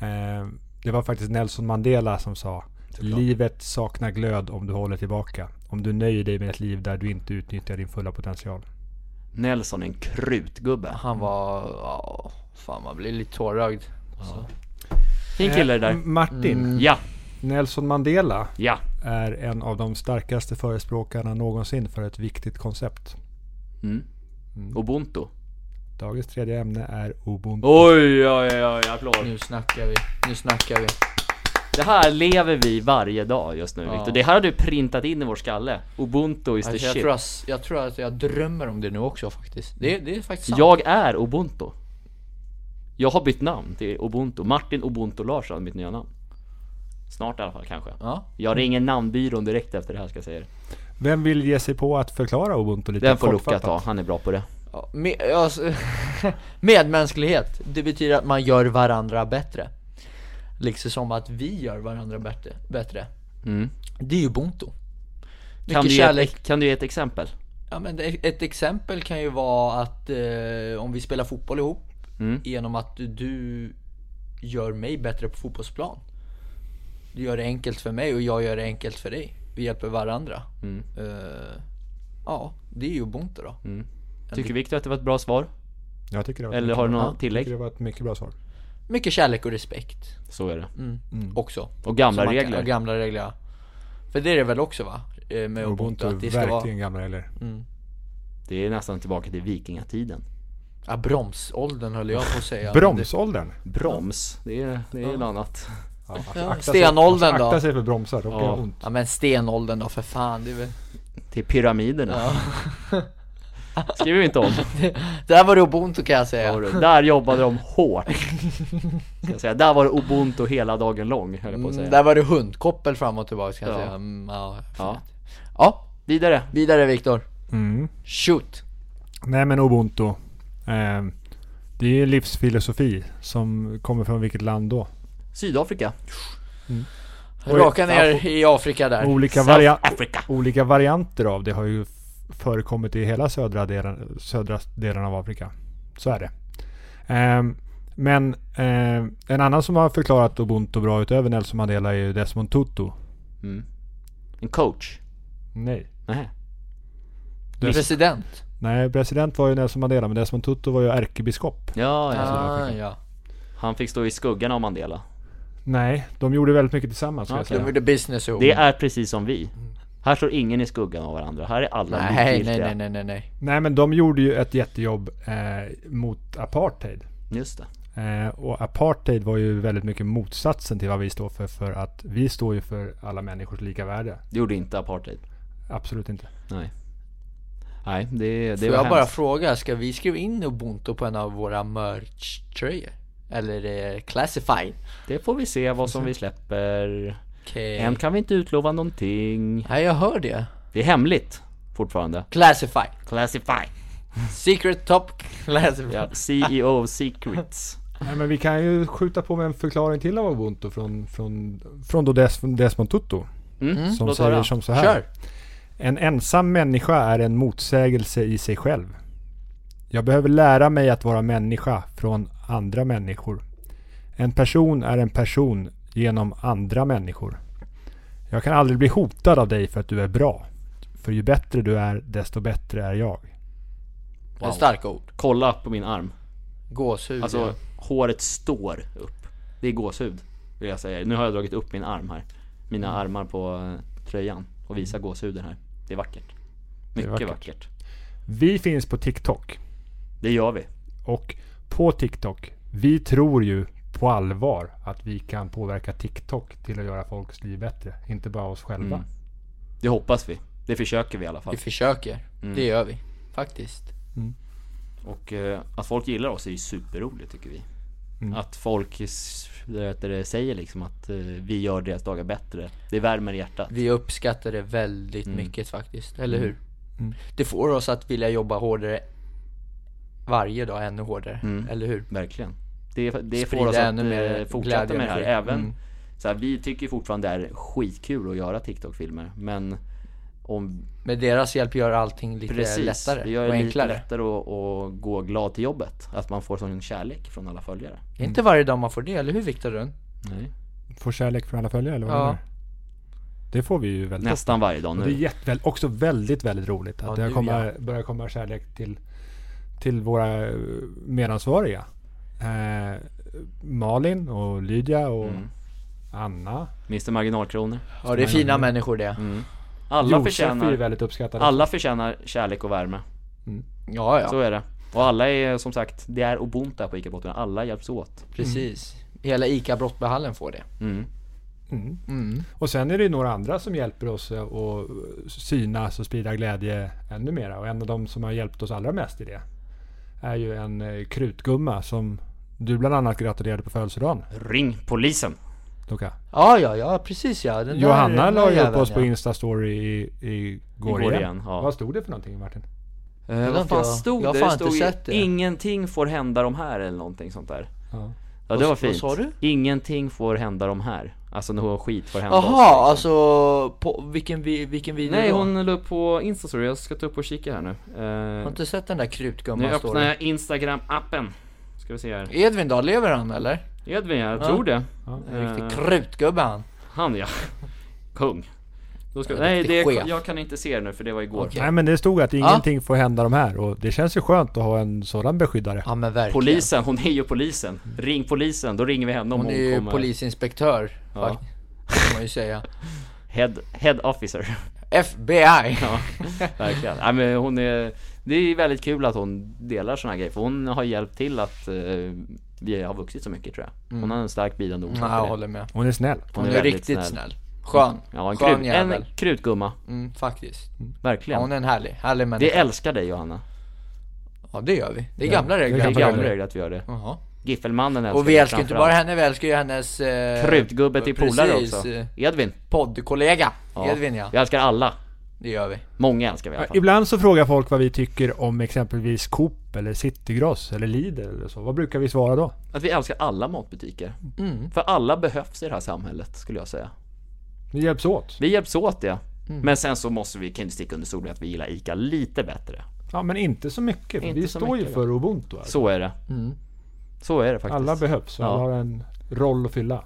Speaker 3: Eh, det var faktiskt Nelson Mandela som sa Livet saknar glöd om du håller tillbaka. Om du nöjer dig med ett liv där du inte utnyttjar din fulla potential.
Speaker 1: Nelson är en krutgubbe.
Speaker 2: Han var, ja. Fan man blir lite tårögd.
Speaker 1: Fin kille det
Speaker 3: Eh,
Speaker 1: där.
Speaker 3: Martin,
Speaker 1: Ja,
Speaker 3: Nelson Mandela
Speaker 1: ja.
Speaker 3: är en av de starkaste förespråkarna någonsin för ett viktigt koncept.
Speaker 1: Mm. Ubuntu.
Speaker 3: Dagens tredje ämne är ubuntu.
Speaker 1: Oj, oj, oj, applåd.
Speaker 2: Nu snackar vi. Nu snackar vi.
Speaker 1: Alltså, Det här lever vi varje dag just nu
Speaker 2: Ja.
Speaker 1: Viktor. Det här har du printat in i vår skalle. Ubuntu is the
Speaker 2: Alltså, jag,
Speaker 1: shit.
Speaker 2: tror jag, jag tror att jag drömmer om det nu också faktiskt. Det, det är faktiskt sant.
Speaker 1: Jag är Ubuntu. Jag har bytt namn till Ubuntu. Martin Ubuntu Larsson är mitt nya namn. Snart i alla fall kanske.
Speaker 2: Ja.
Speaker 1: Jag ringer namnbyrån direkt efter det här ska jag säga er.
Speaker 3: Vem vill ge sig på att förklara ubuntu lite
Speaker 1: Den får Luca
Speaker 3: kortfattat?
Speaker 1: ta, han är bra på det.
Speaker 2: Ja, Med, alltså, medmänsklighet, det betyder att man gör varandra bättre. Liksom som att vi gör varandra bättre. bättre.
Speaker 1: Mm.
Speaker 2: Det är ju Ubuntu.
Speaker 1: Kan,
Speaker 2: Mycket
Speaker 1: du ge
Speaker 2: kärlek.
Speaker 1: ett, kan du ge ett exempel?
Speaker 2: Ja, men det- ett exempel kan ju vara att eh, om vi spelar fotboll ihop,
Speaker 1: Mm.
Speaker 2: genom att du gör mig bättre på fotbollsplan. Du gör det enkelt för mig och jag gör det enkelt för dig. Vi hjälper varandra.
Speaker 1: Mm.
Speaker 2: Eh, ja, det är ju Ubuntu då.
Speaker 1: Tycker Viktor att det var ett bra svar?
Speaker 3: Jag tycker det var ett
Speaker 1: Eller
Speaker 3: mycket
Speaker 1: har du
Speaker 3: bra-
Speaker 1: något
Speaker 3: jag tycker
Speaker 1: tillägg?
Speaker 3: Det var ett mycket bra svar.
Speaker 2: Mycket kärlek och respekt Mm.
Speaker 1: Så är det.
Speaker 3: Mm.
Speaker 2: också.
Speaker 1: Och gamla
Speaker 2: Som man kan-
Speaker 1: regler.
Speaker 2: ja, gamla regler ja. För det är det väl också va? Eh, Med Ubuntu,
Speaker 3: Ubuntu,
Speaker 2: att det ska
Speaker 3: verkligen
Speaker 2: vara Mm.
Speaker 3: gamla regler.
Speaker 1: Det är nästan tillbaka till vikingatiden.
Speaker 2: ja, bromsåldern höll jag på att säga.
Speaker 3: Bromsåldern!
Speaker 1: Broms, det är, det är något annat.
Speaker 3: Ja, alltså, akta
Speaker 2: Stenåldern
Speaker 3: sig, alltså,
Speaker 2: då?
Speaker 3: Akta sig för bromsar, då blir
Speaker 1: Ja.
Speaker 3: det ont.
Speaker 2: Ja men stenåldern då för fan. Det, är väl...
Speaker 1: Till pyramiderna.
Speaker 2: Ja.
Speaker 1: Skriver vi inte om.
Speaker 2: Där var det Ubuntu kan jag säga.
Speaker 1: Där jobbade de hårt. Ska jag säga. Där var det ubuntu hela dagen lång, höll jag på att
Speaker 2: Mm,
Speaker 1: säga.
Speaker 2: där var det hundkoppel fram och tillbaka kan jag
Speaker 1: Ja.
Speaker 2: säga. Mm, ja,
Speaker 1: Ja.
Speaker 2: ja. ja,
Speaker 1: Vidare.
Speaker 2: vidare Viktor.
Speaker 3: Mm.
Speaker 2: Shoot.
Speaker 3: Nej men ubuntu. Eh, det är ju en livsfilosofi som kommer från vilket land då?
Speaker 1: Sydafrika.
Speaker 3: Oj,
Speaker 2: Raka ner i Afrika
Speaker 1: Oh,
Speaker 2: där.
Speaker 3: Olika,
Speaker 1: South
Speaker 3: varia-
Speaker 1: Africa.
Speaker 3: olika varianter av det har ju f- förekommit i hela södra delen, södra delen av Afrika. Så är det. Ehm, men eh, en annan som har förklarat ubuntu bra utöver Nelson Mandela är ju Desmond Tutu.
Speaker 1: Mm. En coach.
Speaker 3: Nej.
Speaker 1: Nej.
Speaker 3: Des-
Speaker 2: President.
Speaker 3: Nej, president var ju Nelson Mandela men Desmond Tutu var ju ärkebiskop.
Speaker 1: Ja, ja.
Speaker 2: Ah, ja.
Speaker 1: Han fick stå i skuggan av Mandela.
Speaker 3: Nej, de gjorde väldigt mycket tillsammans ska jag
Speaker 1: Okej.
Speaker 2: De
Speaker 3: säga.
Speaker 2: gjorde business ihop.
Speaker 1: Det är precis som vi. Här står ingen i skuggan av varandra. Här är alla
Speaker 2: Mm. Nej, nej,
Speaker 1: likgiltiga.
Speaker 2: nej, nej, nej, nej.
Speaker 3: Nej men de gjorde ju ett jättejobb eh, mot apartheid.
Speaker 1: Just det.
Speaker 3: Eh, och apartheid var ju väldigt mycket motsatsen till vad vi står för. För att vi står ju för alla människors lika värde.
Speaker 1: Det gjorde inte apartheid.
Speaker 3: Absolut inte.
Speaker 1: Nej. Nej, det, det
Speaker 2: Får
Speaker 1: var
Speaker 2: jag bara
Speaker 1: hemskt.
Speaker 2: fråga, ska vi skriva in Ubuntu på en av våra merch-tröjor? Eller eh, är det classified?
Speaker 1: Det får vi se vad
Speaker 2: Mm.
Speaker 1: som vi släpper.
Speaker 2: Okej.
Speaker 1: Än kan vi inte utlova någonting.
Speaker 2: Nej, jag hör det.
Speaker 1: Det är hemligt fortfarande.
Speaker 2: Classified.
Speaker 1: Classify.
Speaker 2: Secret top classified.
Speaker 1: Ja, CEO of Secrets.
Speaker 3: Nej men vi kan ju skjuta på med en förklaring till av ubuntu från, från, från då Des, Desmond Tutu.
Speaker 1: Mm,
Speaker 3: Som
Speaker 1: låt
Speaker 3: säger
Speaker 1: höra.
Speaker 3: som så här.
Speaker 2: Kör.
Speaker 3: En ensam människa är en motsägelse i sig själv. Jag behöver lära mig att vara människa från andra människor. En person är en person genom andra människor. Jag kan aldrig bli hotad av dig för att du är bra. För ju bättre du är, desto bättre är jag.
Speaker 2: Det är starka ord.
Speaker 1: Kolla på min arm.
Speaker 2: Gåshud.
Speaker 1: Alltså,
Speaker 2: ja.
Speaker 1: håret står upp. Det är gåshud, vill jag säga. Nu har jag dragit upp min arm här. Mina
Speaker 2: Mm.
Speaker 1: armar på eh, tröjan och visar gåshuden här. Det är vackert. Mycket
Speaker 3: vackert.
Speaker 1: vackert.
Speaker 3: Vi finns på TikTok.
Speaker 1: Det gör vi.
Speaker 3: Och på TikTok, vi tror ju på allvar att vi kan påverka TikTok till att göra folks liv bättre. Inte bara oss själva.
Speaker 1: Mm. Det hoppas vi. Det försöker vi i alla fall.
Speaker 2: Vi försöker.
Speaker 1: Mm.
Speaker 2: Det gör vi. Faktiskt.
Speaker 1: Och eh, att folk gillar oss är ju superroligt tycker vi.
Speaker 2: Mm.
Speaker 1: Att folk s- vad heter det, säger liksom att eh, vi gör deras dagar bättre. Det värmer i hjärtat.
Speaker 2: Vi uppskattar det väldigt
Speaker 1: Mm.
Speaker 2: mycket faktiskt, eller hur?
Speaker 3: Mm.
Speaker 2: Det får oss att vilja jobba hårdare varje dag ännu hårdare, eller hur?
Speaker 1: Verkligen. Det, Mm. det får
Speaker 2: Sprida
Speaker 1: oss att
Speaker 2: ännu mer
Speaker 1: eh, fortsätta
Speaker 2: glädje
Speaker 1: med det här.
Speaker 2: och energi.
Speaker 1: Även,
Speaker 2: Mm.
Speaker 1: så här, vi tycker fortfarande det är skitkul att göra TikTok-filmer. Men om,
Speaker 2: Med deras hjälp gör allting lite
Speaker 1: precis,
Speaker 2: lättare
Speaker 1: det gör
Speaker 2: och
Speaker 1: det lite
Speaker 2: enklare.
Speaker 1: lättare att, att gå glad till jobbet. Att man får sån kärlek från alla följare.
Speaker 3: Mm.
Speaker 2: Det är inte varje dag man får det, eller hur Viktor Rönn?
Speaker 1: Nej.
Speaker 3: Får kärlek från alla följare eller vad
Speaker 2: Ja.
Speaker 3: menar du? Det får vi ju väldigt
Speaker 1: Nästan varje dag
Speaker 3: Och det är
Speaker 1: nu.
Speaker 3: jätte, väl- också väldigt, väldigt roligt
Speaker 2: Ja,
Speaker 3: att det
Speaker 2: nu,
Speaker 3: kommer, börjar komma kärlek till, till våra eh, medansvariga. Eh, Malin och Lydia och
Speaker 1: Mm.
Speaker 3: Anna.
Speaker 1: Mr Marginalkronor. Mm.
Speaker 2: Ja, det är fina människor det.
Speaker 3: Mm.
Speaker 1: Alla
Speaker 3: Josef är ju
Speaker 1: förtjänar,
Speaker 3: väldigt uppskattad.
Speaker 1: alla förtjänar kärlek och värme.
Speaker 2: Ja, ja,
Speaker 1: Så är det. Och alla är som sagt, det är Ubuntu här på ICA-botten. Alla hjälps åt.
Speaker 2: precis. Hela ICA Brottbyhallen får det.
Speaker 1: Mm.
Speaker 3: Mm. Och sen är det ju några andra som hjälper oss eh, att synas och sprida glädje ännu mera. Och en av de som har hjälpt oss allra mest i det är ju en eh, krutgumma som du bland annat gratulerade på födelsedagen,
Speaker 1: Ring polisen!
Speaker 3: Luka.
Speaker 2: Ja, ja, ja, precis ja. Den där-
Speaker 3: Johanna
Speaker 2: den där
Speaker 3: la ju upp
Speaker 2: jäveln,
Speaker 3: oss på
Speaker 2: ja.
Speaker 3: Instastory i, i går,
Speaker 1: Igår
Speaker 3: igen.
Speaker 1: igen, ja.
Speaker 3: Vad stod det för någonting Martin?
Speaker 1: Eh,
Speaker 2: har
Speaker 1: vad
Speaker 2: inte
Speaker 1: fan
Speaker 2: jag-
Speaker 1: stod
Speaker 2: jag har
Speaker 1: det?
Speaker 2: fan
Speaker 1: Det
Speaker 2: inte
Speaker 1: stod ju,
Speaker 2: sett det.
Speaker 1: ingenting får hända de här eller någonting sånt där.
Speaker 3: Ja.
Speaker 1: Ja det var
Speaker 2: vad
Speaker 1: fint.
Speaker 2: sa du?
Speaker 1: Ingenting får hända de här. Alltså någon skit får hända oss.
Speaker 2: Jaha, alltså på vilken, vi, vilken video
Speaker 1: Nej
Speaker 2: då?
Speaker 1: hon la upp på Instastory, jag ska ta upp och kika här nu. Eh,
Speaker 2: Har inte sett den där
Speaker 1: nu
Speaker 2: krutgumman
Speaker 1: öppnar
Speaker 2: står
Speaker 1: jag Instagram-appen. Ska vi se här.
Speaker 2: Edvin då, lever han eller?
Speaker 1: Edvin jag tror det.
Speaker 2: En
Speaker 1: Eh,
Speaker 2: riktig krutgubbe han.
Speaker 1: han ja. Kung. Då ska,
Speaker 2: En
Speaker 1: nej det,
Speaker 2: riktig chef.
Speaker 1: jag kan inte se det nu för det var igår.
Speaker 2: Okej.
Speaker 3: Nej men det stod att ingenting får hända de här och det känns ju skönt att ha en sådan beskyddare.
Speaker 2: Ja men verkligen.
Speaker 1: Polisen, hon är ju polisen. Ring polisen, då ringer vi henne om
Speaker 2: Hon
Speaker 1: hon,
Speaker 2: är ju
Speaker 1: kommer.
Speaker 2: polisinspektör,
Speaker 1: Ja.
Speaker 2: faktiskt. Kan man ju säga.
Speaker 1: Head, head officer.
Speaker 2: FBI!
Speaker 1: Ja, verkligen. Nej, men hon är, det är väldigt kul att hon delar såna här grejer, för hon har hjälpt till att eh, vi har vuxit så mycket tror jag. Hon har en stark bidragande orsak
Speaker 2: Mm. Ja, jag
Speaker 1: till det.
Speaker 2: håller med.
Speaker 3: Hon är snäll.
Speaker 2: Hon, är,
Speaker 1: väldigt
Speaker 2: riktigt snäll. Skön.
Speaker 1: Ja, en,
Speaker 2: Skön
Speaker 1: krut, en
Speaker 2: jävel.
Speaker 1: krutgumma.
Speaker 2: Mm, faktiskt. Ja,
Speaker 1: Verkligen.
Speaker 2: hon är en härlig, härlig
Speaker 1: Det
Speaker 2: människa.
Speaker 1: älskar dig Johanna.
Speaker 2: Ja, det gör vi. Det är gamla regler.
Speaker 1: Det är
Speaker 3: gamla
Speaker 1: gamla
Speaker 3: regler.
Speaker 1: regler att vi gör det.
Speaker 2: Jaha.
Speaker 1: Giffelmannen älskar
Speaker 2: Och vi
Speaker 1: dig
Speaker 2: älskar inte bara
Speaker 1: framförallt.
Speaker 2: henne, vi älskar ju hennes... Eh,
Speaker 1: Krutgubbe till polare
Speaker 2: precis,
Speaker 1: också.
Speaker 2: eh,
Speaker 1: Edvin.
Speaker 2: Poddkollega. Edvin ja.
Speaker 1: Vi älskar alla.
Speaker 2: Det gör vi.
Speaker 1: Många älskar vi i alla fall.
Speaker 3: Ibland så frågar folk vad vi tycker om exempelvis Coop eller Citygross eller Lidl eller så. Vad brukar vi svara då?
Speaker 1: Att vi älskar alla matbutiker.
Speaker 2: Mm.
Speaker 1: För alla behövs i det här samhället skulle jag säga.
Speaker 3: Vi hjälps åt.
Speaker 1: Vi hjälps åt ja. Men sen så måste vi, kan ju inte sticka under solen att vi gillar ICA lite bättre.
Speaker 3: Ja men inte så mycket. För
Speaker 1: Inte
Speaker 3: vi
Speaker 1: så
Speaker 3: står ju
Speaker 1: mycket,
Speaker 3: för ubuntu. Alltså.
Speaker 1: Så är det. Så är det faktiskt.
Speaker 3: Alla behövs och
Speaker 1: Ja.
Speaker 3: alla har en roll att fylla.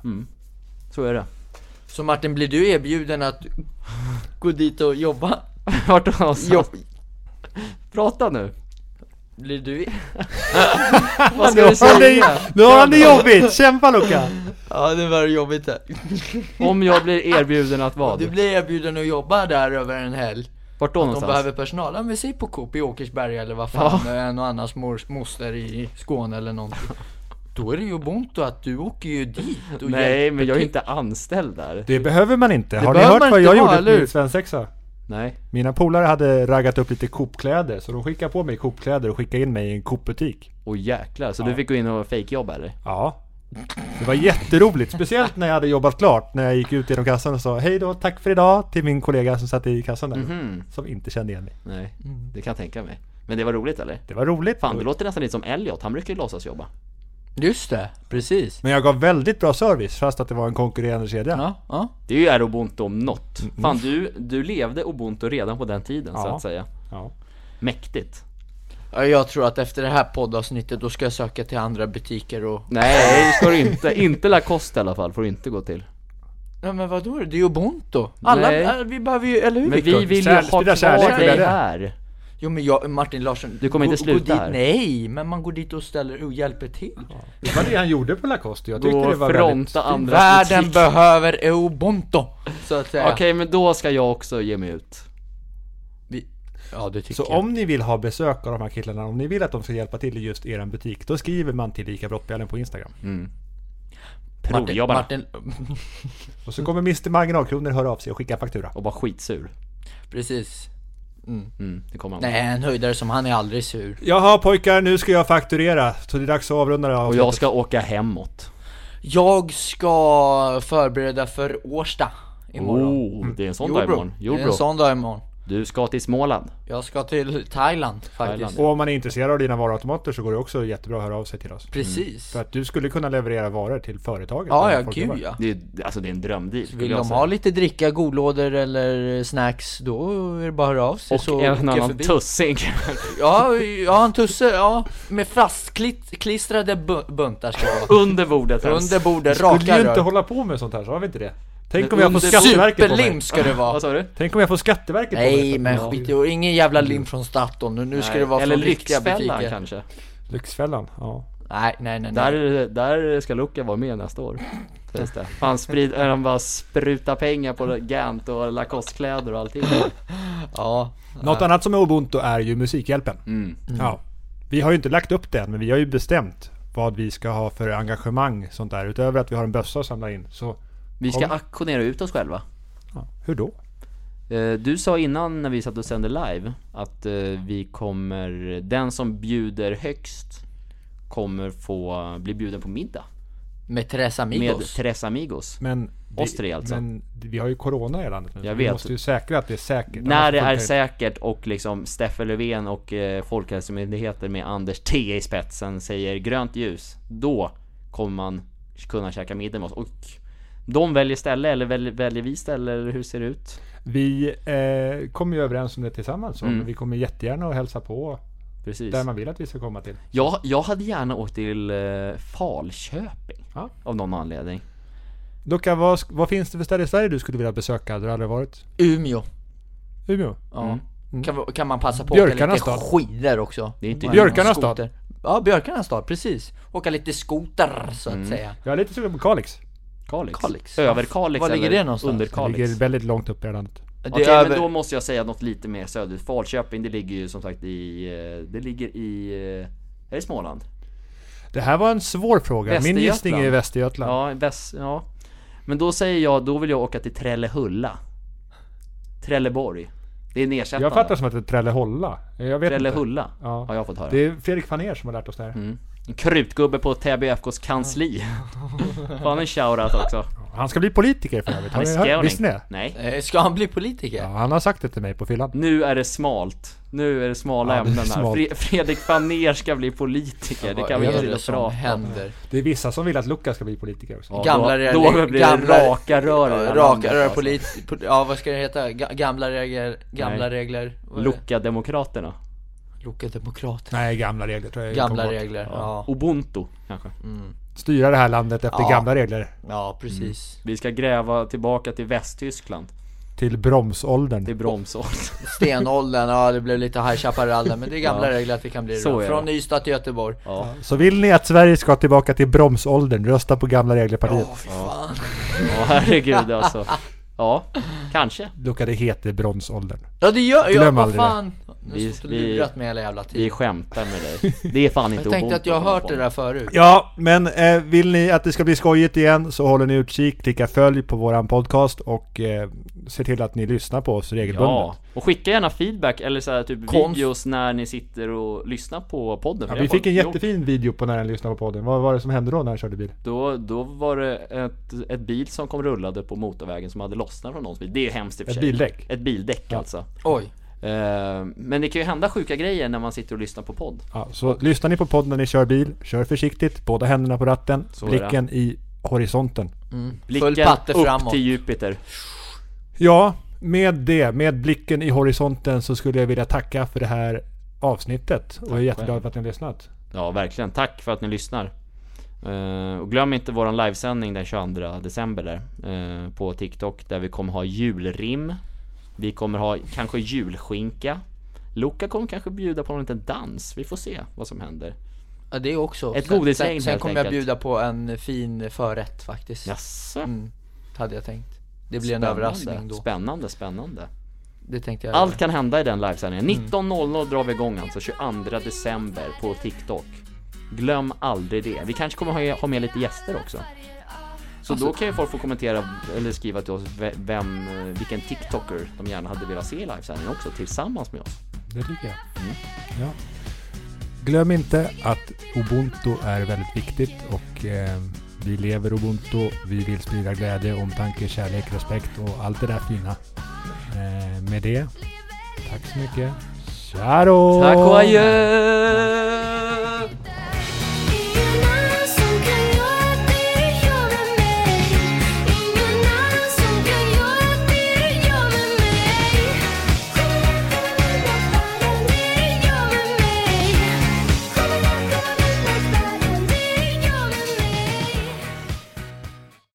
Speaker 1: så är det.
Speaker 2: Så Martin, blir du erbjuden att gå dit och jobba?
Speaker 1: Vart har jag
Speaker 2: Jobb...
Speaker 1: Prata nu.
Speaker 2: Blir du...
Speaker 1: Vad ska vi
Speaker 2: har
Speaker 1: säga?
Speaker 2: det-
Speaker 3: Nu har han det jobbigt! Kämpa Luka!
Speaker 2: Ja, det var jobbigt här.
Speaker 1: Om jag blir erbjuden att vad?
Speaker 2: Du blir erbjuden att jobba där över en helg.
Speaker 1: Vart då
Speaker 2: De
Speaker 1: någonstans?
Speaker 2: behöver personal. Ja, men säg på Coop i Åkersberga eller vad fan det är, en och annans mors, moster i Skåne eller någonting. Då är det ju Ubuntu att du åker ju dit och
Speaker 1: Nej,
Speaker 2: hjälper
Speaker 1: men jag är
Speaker 2: till.
Speaker 1: inte anställd där.
Speaker 3: Det behöver man inte. Har ni
Speaker 2: behöver
Speaker 3: hört
Speaker 2: man
Speaker 3: vad
Speaker 2: inte
Speaker 3: jag
Speaker 2: ha,
Speaker 3: gjorde
Speaker 2: eller
Speaker 3: på
Speaker 2: hur?
Speaker 3: min svensexa?
Speaker 1: Nej.
Speaker 3: Mina polare hade raggat upp lite Coop-kläder så de skickade på mig Coop-kläder och skickade in mig i en Coop-butik.
Speaker 1: Åh jäklar, så du fick gå in och fejkjobba eller?
Speaker 3: Ja. Det var jätteroligt, speciellt när jag hade jobbat klart, när jag gick ut genom kassan och sa hej då, tack för idag till min kollega som satt i kassan där,
Speaker 1: Mhm.
Speaker 3: som inte kände igen mig.
Speaker 1: Nej, det kan jag tänka mig. Men det var roligt eller?
Speaker 3: Det var roligt.
Speaker 1: Fan, du låter nästan lite som Elliot. Han brukar ju låtsas jobba.
Speaker 2: Just det, precis.
Speaker 3: Men jag gav väldigt bra service fast att det var en konkurrerande kedja.
Speaker 2: Ja, ja.
Speaker 1: Det är ju är ubuntu om något. Fan, du, du levde ubuntu redan på den tiden så
Speaker 3: Ja.
Speaker 1: att säga.
Speaker 3: Ja.
Speaker 1: Mäktigt.
Speaker 2: Ja, Jag tror att efter det här poddavsnittet då ska jag söka till andra butiker och...
Speaker 1: Nej, det ska du inte. Inte Lacoste i alla fall, får du inte gå till.
Speaker 2: Nej men vadå? Det är ju Ubuntu. Alla,
Speaker 1: Nej.
Speaker 2: äh, vi behöver ju, eller hur
Speaker 1: Men
Speaker 2: Viktor?
Speaker 1: vi vill ju
Speaker 3: Kärlek-
Speaker 1: ha
Speaker 3: sprida
Speaker 1: kvar
Speaker 3: kärlek, vill
Speaker 1: dig
Speaker 3: jag det.
Speaker 1: här.
Speaker 2: Jo men jag, Martin Larsson,
Speaker 1: Du kommer inte sluta
Speaker 2: dit,
Speaker 1: här.
Speaker 2: Nej, men man går dit och ställer och hjälper till.
Speaker 3: Det var det han gjorde på Lacoste, jag tyckte
Speaker 1: Gå
Speaker 3: det
Speaker 1: och
Speaker 3: var väldigt...
Speaker 1: fronta andra
Speaker 2: Världen
Speaker 1: butik.
Speaker 2: behöver Ubuntu, så att säga.
Speaker 1: Okej, men då ska jag också ge mig ut.
Speaker 2: Vi, ja det tycker
Speaker 3: Så
Speaker 2: jag.
Speaker 3: om ni vill ha besök av de här killarna, om ni vill att de ska hjälpa till i just er butik, då skriver man till ICA Brottbjällen på Instagram.
Speaker 2: Martin,
Speaker 1: Provjobbarna.
Speaker 2: Martin,
Speaker 3: Och så kommer Mr Marginalkronor höra av sig och skicka faktura.
Speaker 1: Och bara skitsur.
Speaker 2: precis.
Speaker 1: Mm, det kommer han.
Speaker 2: Nej, en höjdare som han är aldrig sur.
Speaker 3: Jaha pojkar, nu ska jag fakturera. Så det är dags att avrunda det här
Speaker 1: Och jag
Speaker 3: avsnittet.
Speaker 1: ska åka hemåt.
Speaker 2: Jag ska förbereda för Årsta imorgon.
Speaker 1: Oh, det är en sån
Speaker 2: Jo,
Speaker 1: dag
Speaker 2: bro.
Speaker 1: imorgon. Jo
Speaker 2: det är en
Speaker 1: bro.
Speaker 2: sån dag imorgon.
Speaker 1: Du ska till Småland.
Speaker 2: Jag ska till Thailand faktiskt.
Speaker 1: Thailand.
Speaker 3: Och om man är intresserad av dina varuautomater så går det också jättebra att höra av sig till
Speaker 1: Mm.
Speaker 3: oss.
Speaker 2: Precis.
Speaker 3: För att du skulle kunna leverera varor till företaget.
Speaker 2: Ja,
Speaker 3: där
Speaker 2: ja,
Speaker 3: folk
Speaker 2: gud
Speaker 3: jobbar.
Speaker 2: ja.
Speaker 1: Det är, alltså det är en drömdeal skulle
Speaker 2: Vill
Speaker 1: jag
Speaker 2: de
Speaker 1: säga.
Speaker 2: ha lite dricka, godlådor eller snacks, då är det bara att höra av sig
Speaker 1: Och
Speaker 2: så
Speaker 1: en
Speaker 2: åker jag
Speaker 1: annan
Speaker 2: förbi.
Speaker 1: tussing.
Speaker 2: Ja, ja, en tusse, ja. Med fastklistrade bu- buntar ska det vara.
Speaker 1: Under bordet ens.
Speaker 2: Under bordet,
Speaker 3: Skulle
Speaker 2: raka
Speaker 3: ju inte
Speaker 2: rör.
Speaker 3: hålla på med sånt här, så har vi inte det. Tänk om
Speaker 1: Men
Speaker 3: jag får
Speaker 1: under-
Speaker 3: Skatteverket på mig.
Speaker 2: Superlim ska det vara.
Speaker 1: Vad sa du?
Speaker 3: Tänk om jag får Skatteverket på mig.
Speaker 2: Nej men skit i och ingen jävla lim från Statoil nu, nu ska det vara
Speaker 1: Eller
Speaker 2: från riktiga
Speaker 1: Lyxfällan
Speaker 2: butiker.
Speaker 1: kanske.
Speaker 3: Lyxfällan, ja.
Speaker 2: Nej, nej, nej, nej.
Speaker 1: Där, där ska Luca vara med nästa år. Just det. Han, sprid, han bara sprutar pengar på Gant och Lacoste-kläder och allting.
Speaker 2: Ja.
Speaker 3: Något annat som är ubuntu är ju Musikhjälpen.
Speaker 1: Mm.
Speaker 3: Ja. Vi har ju inte lagt upp den, men vi har ju bestämt vad vi ska ha för engagemang sånt där. Utöver att vi har en bössa att samla in. Så
Speaker 1: Vi ska
Speaker 3: Kom.
Speaker 1: auktionera ut oss själva.
Speaker 3: ja. hur då?
Speaker 1: Eh, Du sa innan när vi satt och sände live att eh, vi kommer, den som bjuder högst kommer få bli bjuden på middag
Speaker 2: Med Tres
Speaker 1: med
Speaker 2: Amigos.
Speaker 1: Tres Amigos.
Speaker 3: Men vi,
Speaker 1: Oss tre alltså.
Speaker 3: men vi har ju corona i landet nu.
Speaker 1: Jag
Speaker 3: vi
Speaker 1: vet.
Speaker 3: måste ju säkra att det är säkert.
Speaker 1: När
Speaker 3: Annars
Speaker 1: det är
Speaker 3: funkar inte.
Speaker 1: säkert och liksom Steffe Löfven och eh, Folkhälsomyndigheten med Anders T i spetsen säger grönt ljus, då kommer man kunna käka middag med oss. Och de väljer ställe eller väljer, väljer vi ställe eller hur ser det ut?
Speaker 3: Vi eh, kommer ju överens om det tillsammans. så
Speaker 1: Mm.
Speaker 3: Vi kommer jättegärna att hälsa på
Speaker 1: Precis.
Speaker 3: där man vill att vi ska komma till.
Speaker 1: Jag, jag hade gärna åkt till eh, Falköping
Speaker 3: Ja.
Speaker 1: av någon anledning.
Speaker 3: Luca, vad, sk- vad finns det för ställe i Sverige du skulle vilja besöka? Du har aldrig varit?
Speaker 2: Umeå.
Speaker 3: Umeå?
Speaker 2: Ja. Kan, vi- kan man passa på att åka
Speaker 3: Björkarnas
Speaker 2: lite
Speaker 3: stad.
Speaker 2: skidor också?
Speaker 1: Mm. Det är inte
Speaker 2: Nej,
Speaker 3: Björkarnas
Speaker 2: skoter. Ja, Björkarnas stad, precis. Åka lite skoter så att
Speaker 1: Mm.
Speaker 2: säga.
Speaker 3: Jag är lite sugen på Kalix.
Speaker 1: Kalix?
Speaker 2: Kalix.
Speaker 1: Överkalix
Speaker 2: Var ligger
Speaker 1: eller
Speaker 2: det någonstans?
Speaker 3: Det
Speaker 1: underkalix?
Speaker 3: ligger väldigt långt upp i landet.
Speaker 2: Det
Speaker 1: Okej,
Speaker 2: är
Speaker 1: men
Speaker 2: över-
Speaker 1: då måste jag säga något lite mer söderut. Falköping, det ligger ju som sagt i... eh, Det ligger i... eh, Är det Småland?
Speaker 3: Det här var en svår fråga. Min
Speaker 1: Västergötland.
Speaker 3: gissning är Västergötland.
Speaker 1: Ja, väst... Ja. Men då säger jag, då vill jag åka till Trellehulla. Trelleborg. Det är nedsättande.
Speaker 3: Jag fattar som att det är Trelleholla. Jag vet inte.
Speaker 1: Trellehulla Mm.
Speaker 3: Ja.
Speaker 1: har jag fått höra.
Speaker 3: Det är Fredrik Fanér som har lärt oss det här.
Speaker 1: En krutgubbe på Täby FKs kansli. Får han en shoutout också?
Speaker 3: Han ska bli politiker för övrigt.
Speaker 1: Han
Speaker 3: Har ni hört-
Speaker 1: är
Speaker 3: Visste ni
Speaker 1: skåning.
Speaker 3: det?
Speaker 1: Nej.
Speaker 2: Eh, Ska han bli politiker?
Speaker 3: Ja, han har sagt det till mig på fyllan.
Speaker 1: Nu är det smalt. Nu är det smala
Speaker 3: Ja, det är
Speaker 1: ämnen här.
Speaker 3: smalt.
Speaker 1: Fre- Fredrik Fanér ska bli politiker. Det kan vi
Speaker 2: Vad
Speaker 1: inte
Speaker 2: är det
Speaker 1: sitta och
Speaker 2: som
Speaker 1: prata om.
Speaker 2: händer?
Speaker 3: Det är vissa som vill att Luca ska bli politiker också.
Speaker 1: Ja,
Speaker 2: Gamla
Speaker 1: då, då
Speaker 2: regler-
Speaker 1: blir
Speaker 2: gamla-
Speaker 1: det raka rör i det här landet,
Speaker 2: Raka rör,
Speaker 1: alltså.
Speaker 2: polit, pol, ja vad ska det heta? Ga- Gamla regler, gamla
Speaker 1: Nej.
Speaker 2: regler? vad är det?
Speaker 1: Luca-demokraterna.
Speaker 2: Loka demokrater.
Speaker 3: Nej, gamla regler tror jag är
Speaker 2: Gamla
Speaker 3: gångbart.
Speaker 2: regler, ja. Ja,
Speaker 1: Ubuntu, kanske.
Speaker 3: Styra det här landet efter
Speaker 2: Ja.
Speaker 3: gamla regler.
Speaker 2: precis.
Speaker 1: Vi ska gräva tillbaka till Västtyskland.
Speaker 3: Till bromsåldern.
Speaker 1: Till bromsåldern.
Speaker 2: Stenåldern, ja det blev lite High Chaparral där, men det är gamla regler att det kan bli
Speaker 1: Så
Speaker 2: så
Speaker 1: är
Speaker 2: Från
Speaker 1: det.
Speaker 2: Ystad till Göteborg. Ja,
Speaker 1: Ja.
Speaker 3: Så vill ni att Sverige ska tillbaka till bromsåldern, rösta på gamla regler-partiet.
Speaker 2: fy fan.
Speaker 1: ja, herregud alltså. Ja, kanske.
Speaker 3: Luca, det heter bromsåldern.
Speaker 2: Ja det gör jag,
Speaker 3: Glöm
Speaker 2: vad
Speaker 3: aldrig det.
Speaker 2: fan. Nu har
Speaker 1: Vi-
Speaker 2: jag stått och
Speaker 1: vi-
Speaker 2: lurat mig hela jävla
Speaker 1: Vi
Speaker 2: tiden.
Speaker 1: skämtar med dig. Det är fan inte
Speaker 2: Jag tänkte att jag har hört det där förut.
Speaker 3: Ja, men eh, vill ni att det ska bli skojigt igen så håller ni utkik, klicka följ på våran podcast och eh, se till att ni lyssnar på oss regelbundet.
Speaker 1: Ja, och skicka gärna feedback eller så här, typ
Speaker 2: Konst-
Speaker 1: videos när ni sitter och lyssnar på podden.
Speaker 3: Ja,
Speaker 1: För
Speaker 3: vi
Speaker 1: jag har-
Speaker 3: fick en
Speaker 1: jo,
Speaker 3: jättefin video på när han lyssnade på podden. Vad var det som hände då när han körde bil?
Speaker 1: Då, då var det ett, ett bil som kom rullade på motorvägen som hade lossnat från någons bil. Det är ju hemskt i och för
Speaker 3: Ett
Speaker 1: sig.
Speaker 3: bildäck?
Speaker 1: Ett bildäck alltså.
Speaker 2: Oj.
Speaker 1: Eh, Men det kan ju hända sjuka grejer när man sitter och lyssnar på podd.
Speaker 3: Ja, så lyssnar ni på podden när ni kör bil, kör försiktigt, båda händerna på ratten,
Speaker 1: Så är det.
Speaker 3: blicken i horisonten.
Speaker 1: Blicken
Speaker 2: patte
Speaker 1: upp
Speaker 2: framåt.
Speaker 1: till Jupiter.
Speaker 3: Ja, med det, med blicken i horisonten så skulle jag vilja tacka för det här avsnittet. Och jag är jätteglad för att ni har lyssnat.
Speaker 1: Ja, verkligen. Tack för att ni lyssnar. Eh, och glöm inte våran livesändning den 22 december där. eh, på TikTok där vi kommer ha julrim. Vi kommer ha kanske julskinka. Luca kommer kanske bjuda på en liten dans. Vi får se vad som händer.
Speaker 2: Ja, det också.
Speaker 1: Ett
Speaker 2: Sen-
Speaker 1: godisregn
Speaker 2: Sen, sen
Speaker 1: helt
Speaker 2: kommer jag
Speaker 1: enkelt.
Speaker 2: bjuda på en fin förrätt faktiskt.
Speaker 1: Jaså?
Speaker 2: Mm, hade jag tänkt. Det blir en
Speaker 1: Spännande.
Speaker 2: överraskning då.
Speaker 1: Spännande, spännande.
Speaker 2: Det tänkte jag göra.
Speaker 1: Allt kan hända i den livesändningen. 19.00 drar vi igång alltså, 22 december på TikTok. Glöm aldrig det. Vi kanske kommer ha- ha med lite gäster också. Så då kan ju folk få kommentera eller skriva till oss ve- vem, eh, vilken TikToker de gärna hade velat se i livesändningen också tillsammans med oss.
Speaker 3: Det tycker jag. Ja. Glöm inte att Ubuntu är väldigt viktigt och eh, vi lever Ubuntu. Vi vill sprida glädje, omtanke, kärlek, respekt och allt det där fina. Eh, med det, tack så mycket. Tja då!
Speaker 1: Tack och adjö!